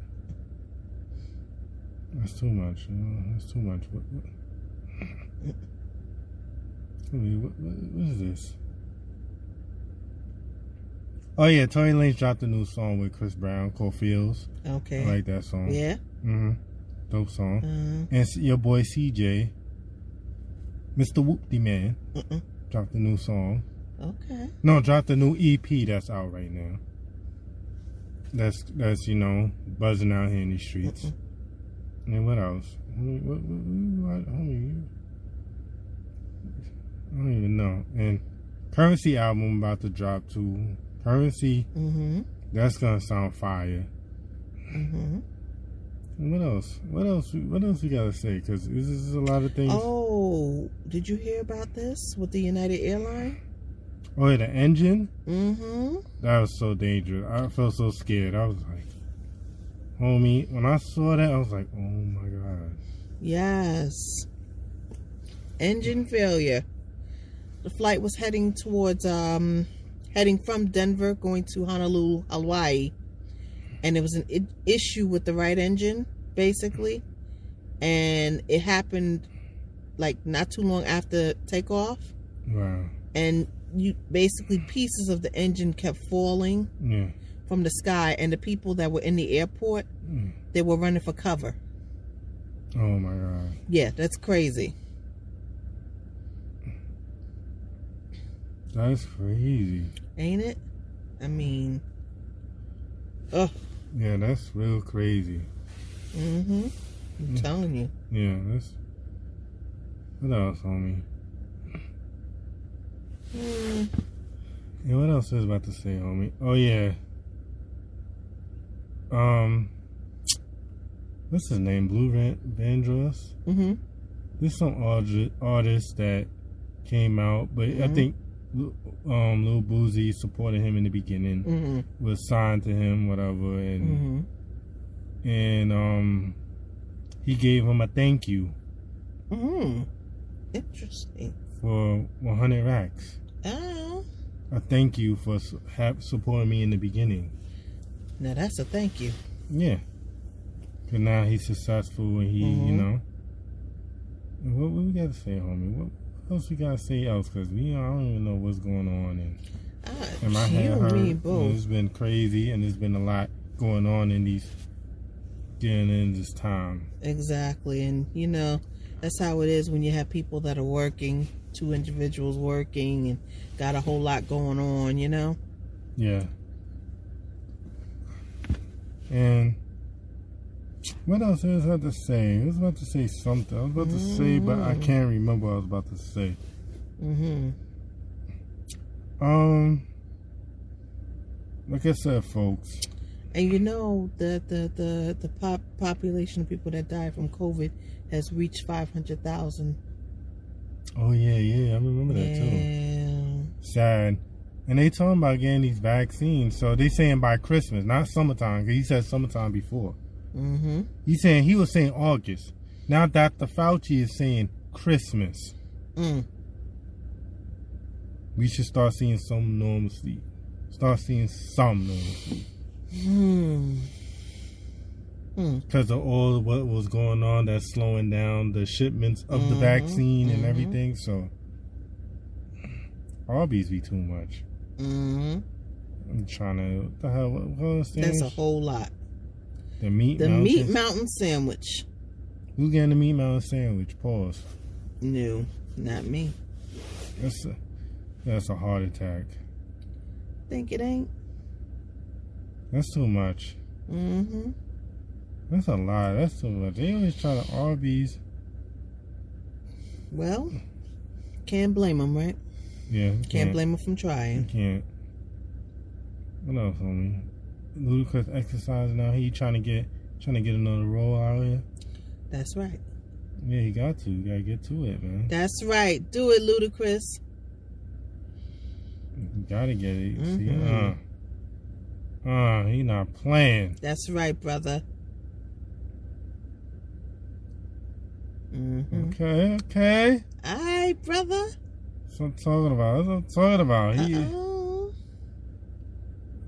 S1: That's too much. uh, That's too much. What? what? Homie, what, what, what is this? Oh yeah, Tory Lanez dropped a new song with Chris Brown called "Feels."
S2: Okay.
S1: I like that song.
S2: Yeah.
S1: hmm Dope song.
S2: Uh,
S1: And it's your boy CJ, Mr. Whoopty Man,
S2: uh-uh.
S1: dropped a new song.
S2: Okay.
S1: No, dropped a new EP that's out right now. That's that's you know buzzing out here in these streets.
S2: Mhm.
S1: And what else? Homie, What, what, what, what, homie, you- I don't even know. And Currency album about to drop too. Currency,
S2: Mm-hmm.
S1: that's gonna sound fire.
S2: Mm-hmm.
S1: What else? What else? What else we gotta say? Because this is a lot of things. Oh,
S2: Oh, did you hear about this with the United Airline?
S1: Oh, yeah, the engine.
S2: Mm-hmm.
S1: That was so dangerous. I felt so scared. I was like, homie, when I saw that, I was like, oh my god.
S2: Yes. Engine failure. The flight was heading towards um heading from Denver going to Honolulu, Hawaii. And it was an I- issue with the right engine basically. And it happened like not too long after takeoff,
S1: Wow.
S2: and you basically pieces of the engine kept falling
S1: Yeah.
S2: from the sky, and the people that were in the airport
S1: Mm.
S2: they were running for cover.
S1: Oh my god.
S2: Yeah, that's crazy.
S1: That's crazy.
S2: ain't it? I mean, oh,
S1: Yeah, that's real crazy.
S2: mm-hmm. I'm
S1: Mm.
S2: telling you,
S1: Yeah, that's. What else, homie?
S2: Mm,
S1: Yeah, what else I was about to say, homie? Oh yeah. Um. What's his name? Blue Van Vandross.
S2: mm-hmm.
S1: There's some arg- artist that came out, but I
S2: Mhm.
S1: think Lil- um Lil Boozy supported him in the beginning.
S2: Mm-hmm.
S1: Was signed to him, whatever, and
S2: Mm-hmm.
S1: and um he gave him a thank you
S2: Mm-hmm. Interesting.
S1: for 100 racks.
S2: Oh,
S1: A thank you for su- have supporting me in the beginning.
S2: now that's a thank you.
S1: Yeah. Cause now he's successful and he, you
S2: Mhm.
S1: know. And what, what we gotta say, homie? What else we gotta say else? Cause we I don't even know what's going on and,
S2: Ah,
S1: and my
S2: you
S1: head
S2: and
S1: hurt.
S2: me
S1: and
S2: both.
S1: It's been crazy and there's been a lot going on in these during in this time.
S2: Exactly, and you know that's how it is when you have people that are working, two individuals working, and got a whole lot going on. You know.
S1: Yeah. And what else I was about to say? I was about to say something. I was about to say, but I
S2: Mm.
S1: can't remember what I was about to say.
S2: Mm-hmm.
S1: Um, like I said, folks.
S2: And you know the the the the pop population of people that died from COVID has reached five hundred thousand.
S1: Oh yeah, yeah, I remember that too.
S2: Yeah,
S1: Sad. And they talking about getting these vaccines, so they saying by Christmas, not summertime. 'cause he said summertime before.
S2: mm-hmm.
S1: He saying he was saying August. Now Dr. Fauci is saying Christmas.
S2: Mm.
S1: We should start seeing some normalcy. Start seeing some normalcy
S2: Hmm. Hmm.
S1: because of all what was going on that's slowing down the shipments of the
S2: Mhm,
S1: vaccine and
S2: mhm.
S1: everything. So, Arby's be too much.
S2: Mm-hmm.
S1: I'm trying to. What the hell? What, what was the
S2: That's a
S1: sandwich?
S2: whole lot.
S1: The meat.
S2: The
S1: mountain.
S2: meat mountain sandwich.
S1: Who's getting the meat mountain sandwich? Pause.
S2: No, not me.
S1: That's a, that's a heart attack.
S2: Think it ain't.
S1: That's too much.
S2: Mm-hmm.
S1: That's a lot. That's too much. They always try to Arby's.
S2: Well, can't blame them, right?
S1: Yeah. you
S2: Can't 'em blame them from trying.
S1: You can't. What else, homie? Ludicrous exercise now. He trying to get trying to get another roll out here.
S2: That's right.
S1: Yeah, he got to. You gotta get to it, man.
S2: That's right. Do it, Ludacris.
S1: You gotta get it.
S2: Mhm.
S1: See, uh, uh, he not playing.
S2: That's right, brother. Mm-hmm.
S1: Okay, okay.
S2: All right, brother.
S1: That's what I'm talking about. That's what I'm talking about. He,
S2: Uh-uh.
S1: that's
S2: Uh-oh.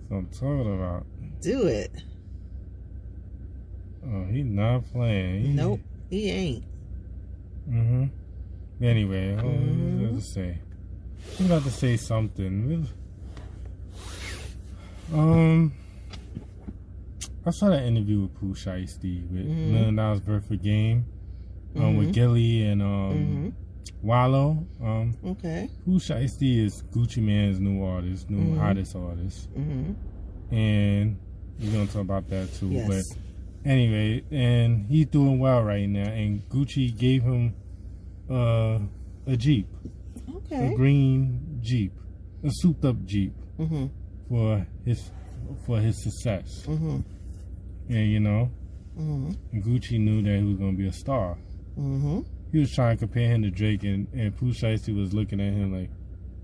S1: what I'm talking about.
S2: Do it.
S1: Oh, he not playing. He,
S2: Nope, he ain't.
S1: hmm Anyway, I
S2: Mhm.
S1: was about to say. I was about to say something. Um, I saw that interview with Pooh Shiesty with
S2: Mhm.
S1: Million Dollars Birth for Game, um, with Gilly and um Wallow. Um,
S2: Mhm. Mm-hmm. Okay.
S1: Pooh Shiesty is Gucci Man's new artist, new
S2: Mhm.
S1: hottest artist,
S2: Mm-hmm.
S1: and we're gonna talk about that too. But
S2: Yes.
S1: anyway, and he's doing well right now. And Gucci gave him uh, a Jeep, a
S2: Okay.
S1: green Jeep, a souped-up Jeep
S2: Mm-hmm.
S1: for his for his success.
S2: Mm-hmm.
S1: And you know,
S2: Mm-hmm.
S1: and Gucci knew that he was gonna be a star.
S2: Mm-hmm.
S1: He was trying to compare him to Drake, and and Pooh Shiesty was looking at him like,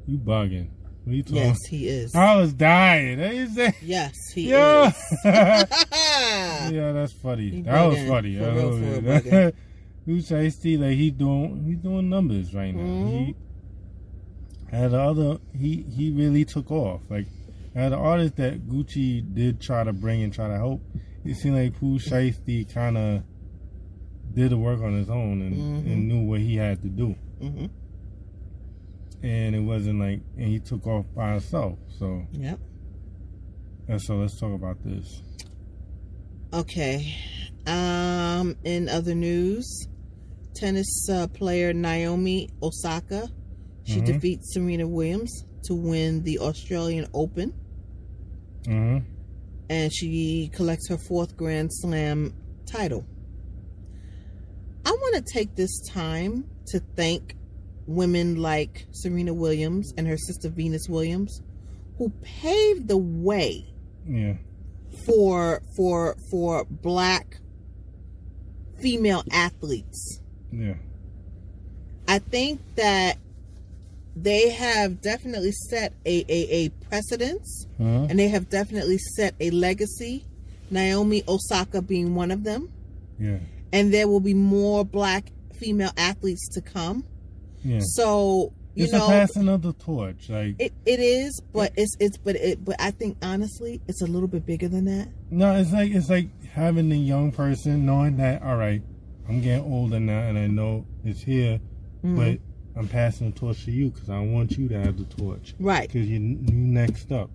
S1: "You bugging? What you talking?"
S2: Yes, he is.
S1: I was dying. That is that.
S2: Yes, he
S1: Yeah.
S2: is.
S1: Yeah, that's funny.
S2: He
S1: that was
S2: bugging.
S1: funny.
S2: For real, for real bugging.
S1: Who Shiesty, like he doing he doing numbers right now. He
S2: Mm-hmm.
S1: had the other he he really took off. Like had the artist that Gucci did try to bring and try to help. It seemed like Pooh Shiesty kinda did the work on his own and,
S2: Mhm.
S1: and knew what he had to do.
S2: Mm-hmm.
S1: And it wasn't like, and he took off by himself. So,
S2: Yep.
S1: and so let's talk about this.
S2: Okay. Um, in other news, tennis uh, player Naomi Osaka, she
S1: Mhm.
S2: defeats Serena Williams to win the Australian Open,
S1: hmm
S2: and she collects her fourth Grand Slam title. I want to take this time to thank women like Serena Williams and her sister Venus Williams, who paved the way
S1: Yeah.
S2: for for for black female athletes.
S1: Yeah.
S2: I think that they have definitely set a, a, a precedence
S1: Huh?
S2: and they have definitely set a legacy. Naomi Osaka being one of them.
S1: Yeah.
S2: And there will be more black female athletes to come.
S1: Yeah.
S2: So
S1: Hmm.
S2: you
S1: it's
S2: know
S1: a passing of the torch. Like,
S2: it, it is, but it's it's but it but I think honestly it's a little bit bigger than that.
S1: no, it's like it's like having the young person knowing that all right, I'm getting older now, and I know it's here,
S2: Mhm.
S1: but I'm passing the torch to you because I want you to have the torch
S2: right,
S1: because you you next up,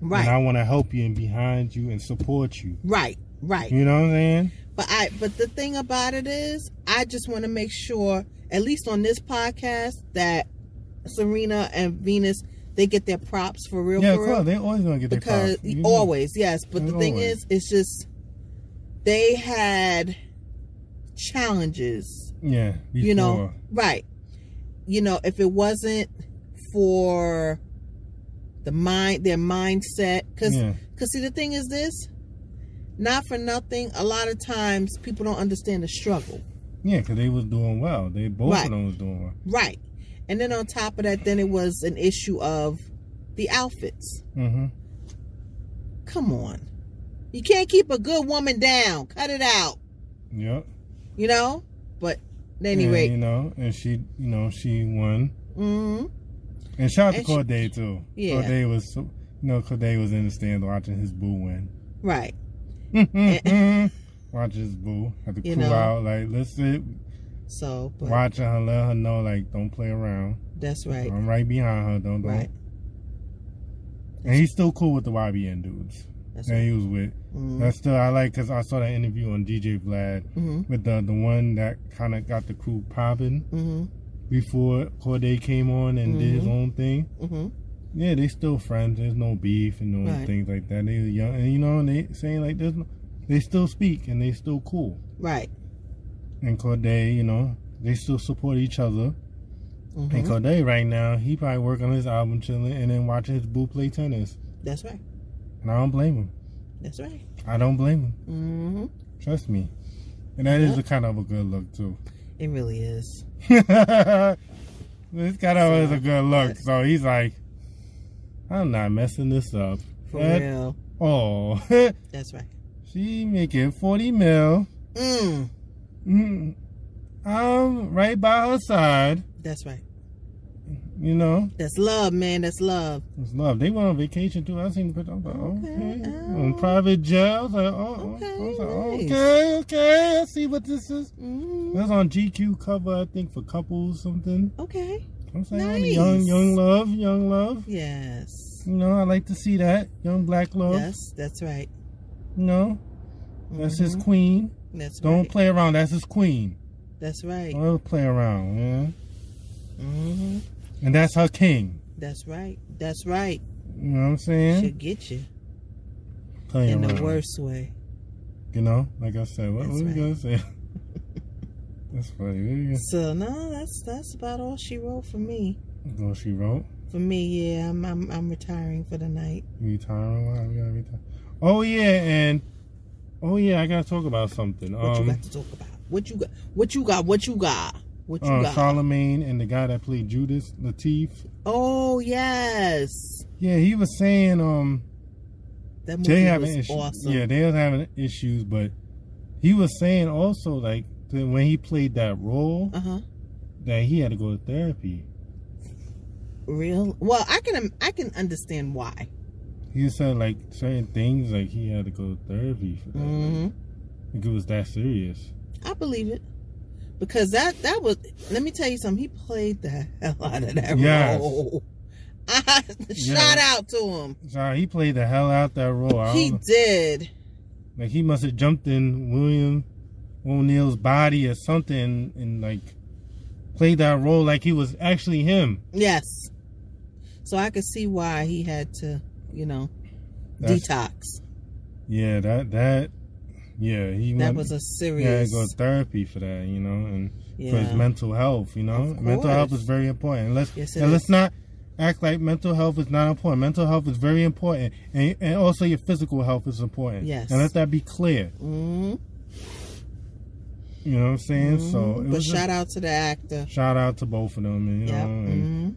S2: right,
S1: and I want to help you and behind you and support you.
S2: right, right.
S1: You know what I'm saying?
S2: But I but the thing about it is I just want to make sure at least on this podcast that Serena and Venus they get their props for real
S1: yeah,
S2: for
S1: of
S2: real
S1: course. They always gonna get their
S2: because
S1: props. You know.
S2: always yes, but the thing
S1: Always.
S2: is it's just they had challenges,
S1: Yeah. Before.
S2: you know, right. You know, if it wasn't for the mind their mindset cuz
S1: Yeah.
S2: Cause see, the thing is this, not for nothing. A lot of times, people don't understand the struggle,
S1: Yeah, because they was doing well. They both
S2: Right.
S1: of them was doing well.
S2: right? And then on top of that, then it was an issue of the outfits.
S1: Mm-hmm.
S2: Come on, you can't keep a good woman down. Cut it out,
S1: Yep.
S2: you know. But at any
S1: And,
S2: rate,
S1: you know, and she, you know, she won.
S2: hmm
S1: And shout out to
S2: And she-
S1: Corday too.
S2: Yeah.
S1: Corday was, so- you know, Corday was in the stands watching his boo win.
S2: right,
S1: Watch his boo. Had to
S2: You
S1: cool
S2: know.
S1: out. Like, let's sit.
S2: so but
S1: Watching her, let her know, like, don't play around.
S2: that's right,
S1: I'm right behind her. Don't, don't.
S2: right,
S1: And he's still cool with the YBN dudes
S2: that's
S1: that
S2: right.
S1: he was with.
S2: Mm-hmm.
S1: That's still, I like, because I saw that interview on DJ Vlad
S2: hmm
S1: with the, the one that kind of got the crew popping
S2: hmm
S1: before Corday came on and did his
S2: Mhm.
S1: own thing.
S2: hmm
S1: Yeah, they still friends. There's no beef and no
S2: Right.
S1: things like that. They young, and you know, and they saying like there's, no, they still speak and they still cool.
S2: right.
S1: And Corday, you know, they still support each other. And
S2: hmm
S1: Corday right now, he probably working on his album, chilling, and then watching his boo play tennis.
S2: That's right.
S1: And I don't blame him.
S2: That's right.
S1: I don't blame him.
S2: hmm
S1: Trust me. And that is
S2: Yeah.
S1: a kind of a good look too.
S2: It really is.
S1: this kind of is a good look.
S2: but-
S1: So he's like, I'm not messing this up.
S2: For
S1: That-
S2: real.
S1: Oh,
S2: That's right.
S1: she making forty mil.
S2: Mm.
S1: Mm, I'm right by her side.
S2: That's right.
S1: You know,
S2: That's love, man. That's love.
S1: it's love. They went on vacation too. I seen the picture. I was like, okay,
S2: Okay,
S1: on
S2: oh.
S1: private jails. Like, oh,
S2: Okay,
S1: I was like,
S2: nice.
S1: okay, okay. I see what this is.
S2: Mm.
S1: That's on GQ cover, I think, for couples something.
S2: Okay.
S1: I'm saying
S2: Nice.
S1: young, young love, young love.
S2: Yes.
S1: You know, I like to see that young black love.
S2: Yes, that's right.
S1: You know, that's his
S2: Mhm.
S1: queen.
S2: That's
S1: Don't
S2: right.
S1: play around. That's his queen.
S2: That's right.
S1: Don't ever play around, man.
S2: hmm
S1: And that's her king.
S2: That's right. That's right.
S1: You know what I'm saying?
S2: She'll get you
S1: Playing
S2: in the
S1: around.
S2: worst way.
S1: You know, like I said, what, what
S2: That's
S1: we
S2: right.
S1: gonna say? that's funny. What you
S2: So no, that's that's about all she wrote for me.
S1: gonna, what she wrote?
S2: For me, yeah, I'm I'm, I'm retiring for the night.
S1: You tired? Why we gotta be tired? Oh yeah, and oh yeah, I gotta talk about something.
S2: What
S1: um,
S2: you got to talk about? What you got? What you got? What you got? What you
S1: uh,
S2: got?
S1: Charlemagne and the guy that played Judas Latif.
S2: oh yes,
S1: Yeah, he was saying um
S2: that
S1: they
S2: movie
S1: having
S2: was
S1: issues.
S2: awesome.
S1: Yeah, they was having issues, but he was saying also like that when he played that role
S2: Uh huh.
S1: that he had to go to therapy.
S2: Real? Well, I can I can understand why.
S1: He said like certain things like he had to go to therapy for that.
S2: hmm
S1: Like it was that serious.
S2: I believe it. because that that was. Let me tell you something. He played the hell out of that
S1: Yes.
S2: role. I, Shout out to him.
S1: Sorry, he played the hell out that role. I don't
S2: He
S1: know.
S2: did.
S1: Like he must have jumped in William O'Neill's body or something and like played that role like he was actually him.
S2: Yes. So I could see why he had to, you know,
S1: That's-
S2: detox.
S1: Yeah, that that yeah, he
S2: That
S1: went
S2: was a
S1: yeah,
S2: serious.
S1: go to therapy for that, you know, and for his
S2: yeah.
S1: mental health, you know.
S2: Of
S1: Mental health
S2: course.
S1: is very important. And let's
S2: Yes, it
S1: and let's
S2: is.
S1: not act like mental health is not important. Mental health is very important and and also your physical health is important.
S2: Yes.
S1: And let that be clear.
S2: Mhm.
S1: You know what I'm saying? So
S2: Mhm.
S1: it
S2: but
S1: was a-
S2: shout out to the actor.
S1: shout out to both of them and, you
S2: Yep.
S1: know and,
S2: Mhm.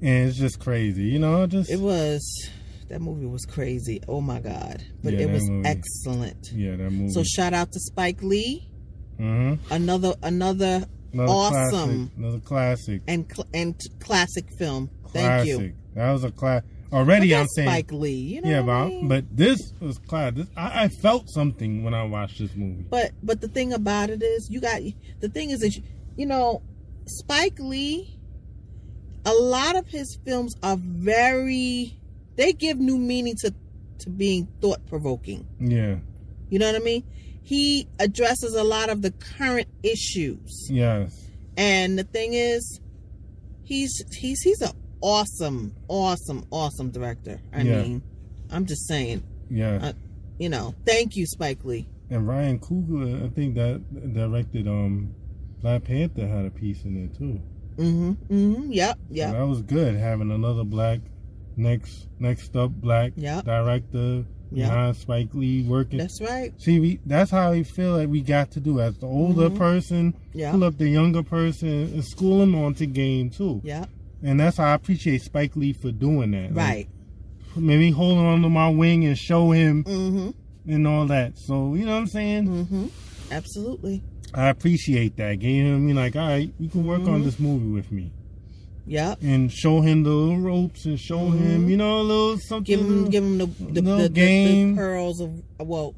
S1: and it's just crazy, you know, just
S2: It was that movie was crazy. Oh my god! But
S1: Yeah,
S2: it
S1: that
S2: was
S1: movie.
S2: excellent.
S1: yeah, that movie.
S2: So shout out to Spike Lee.
S1: hmm
S2: Another another
S1: another
S2: awesome.
S1: classic, another classic,
S2: and cl- and t- classic film. Thank
S1: classic.
S2: you.
S1: That was a class
S2: But
S1: already. I'm
S2: that's
S1: saying,
S2: Spike Lee. You know
S1: yeah,
S2: what
S1: but,
S2: I
S1: I-
S2: mean?
S1: but this was class. This, I, I felt something when I watched this movie.
S2: But but the thing about it is, you got the thing is that you, you know, Spike Lee. A lot of his films are very. They give new meaning to to being thought provoking.
S1: Yeah,
S2: You know what I mean? He addresses a lot of the current issues,
S1: yes,
S2: and the thing is, he's he's he's an awesome, awesome, awesome director. I
S1: Yeah.
S2: mean, I'm just saying.
S1: yes.
S2: Uh, you know, thank you, Spike Lee.
S1: and Ryan Coogler, I think that directed um Black Panther had a piece in it too.
S2: Mm-hmm. Mm-hmm. Yep.
S1: So
S2: Yep.
S1: that was good having another black next next up black
S2: Yep.
S1: director
S2: Yep.
S1: behind Spike Lee working.
S2: That's right.
S1: See, we, that's how I feel like we got to do. As the older
S2: Mhm.
S1: person,
S2: Yep.
S1: pull up the younger person and school them onto game too.
S2: Yep.
S1: And that's how I appreciate Spike Lee for doing that.
S2: Right.
S1: Like, maybe hold on to my wing and show him
S2: Mm-hmm.
S1: and all that. So, you know what I'm saying?
S2: Mm-hmm. Absolutely.
S1: I appreciate that. Gave him, you like, all right, you can work on
S2: Mhm.
S1: this movie with me.
S2: Yep.
S1: And show him the little ropes and show him,
S2: Mhm.
S1: you know, a little something.
S2: Give him, give him the the,
S1: Mm-hmm. Little
S2: the, the, the
S1: game.
S2: pearls of uh, well,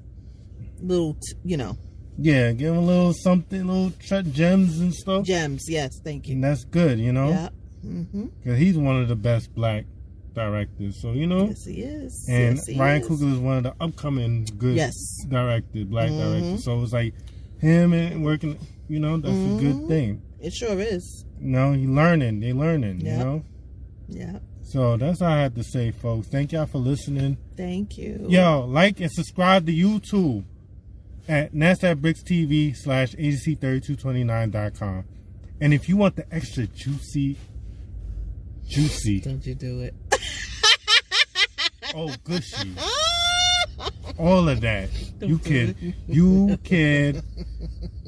S2: little t- you know
S1: yeah, give him a little something, little tre- gems and stuff.
S2: gems. Yes. Thank you.
S1: And that's good, you know?
S2: Yep. Mm-hmm.
S1: because he's one of the best black directors. So you know,
S2: Yes, he is.
S1: and
S2: yes, he
S1: Ryan
S2: is.
S1: Coogler is one of the upcoming good
S2: Yes.
S1: directed black
S2: Mhm.
S1: directors. So it's like him and working. You know, that's a
S2: Mhm.
S1: good thing.
S2: It sure is.
S1: You know, he learning. They learning.
S2: Yep.
S1: You know.
S2: Yeah.
S1: So that's all I had to say, folks. Thank y'all for listening.
S2: Thank you.
S1: Yo, like and subscribe to YouTube at NASDAQ Bricks TV slash agency3229.com. And if you want the extra juicy, juicy,
S2: Don't you do it.
S1: oh gushy, all of that. You can you can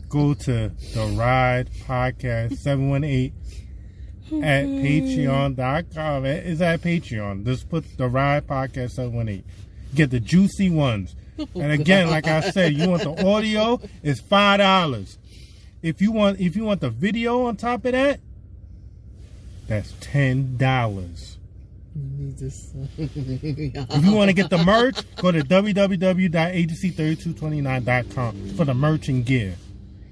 S1: go to the Ride Podcast 718 at patreon.com. It is at Patreon. Just put the Ride Podcast 718. Get the juicy ones. And again, like I said, you want the audio, it's five dollars. If you want if you want the video on top of that, that's ten dollars.
S2: You need this.
S1: If you want to get the merch, go to www.agency3229.com for the merch and gear.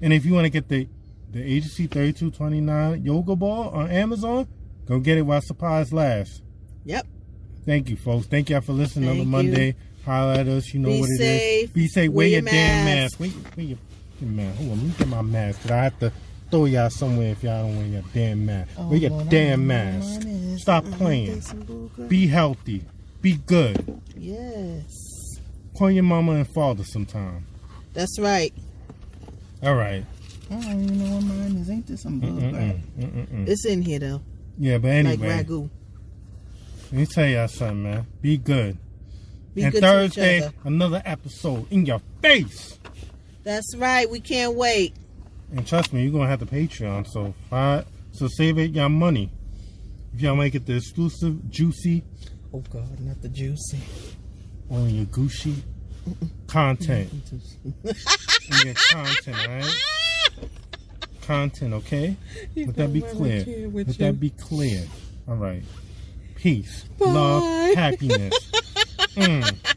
S1: And if you want to get the the Agency 3229 yoga ball on Amazon, go get it while supplies last.
S2: Yep.
S1: Thank you, folks. Thank y'all for listening.
S2: Thank
S1: Another
S2: you.
S1: Monday. Holla at us. You know
S2: Be
S1: what it is.
S2: safe.
S1: Be safe. Wear,
S2: Wear
S1: your,
S2: your
S1: damn mask.
S2: mask.
S1: Wear, wear your, your mask. Hold on. Let me get my mask. 'cause I have to throw y'all somewhere if y'all don't wear your damn mask. wear your damn mask. Stop playing. Be healthy. Be good.
S2: Yes.
S1: Call your mama and father sometime.
S2: That's right.
S1: All right.
S3: I don't even know what mine is. Ain't this some bullcrap?
S1: Mm-mm-mm. Mm-mm.
S2: It's in here though.
S1: Yeah, but anyway,
S2: Like ragu.
S1: let me tell y'all something, man. Be good.
S2: Be
S1: and
S2: good to
S1: Thursday,
S2: each other.
S1: another episode in your face.
S2: That's right. We can't wait.
S1: And trust me, you're gonna have the Patreon. So, fi- so save it your money. If y'all make it the exclusive, juicy,
S2: Oh God, not the juicy.
S1: on your Gucci content. On your content, all right? Content, okay? Let that be clear. Let that be clear. All right. Peace, love,
S2: Bye.
S1: happiness. Mm.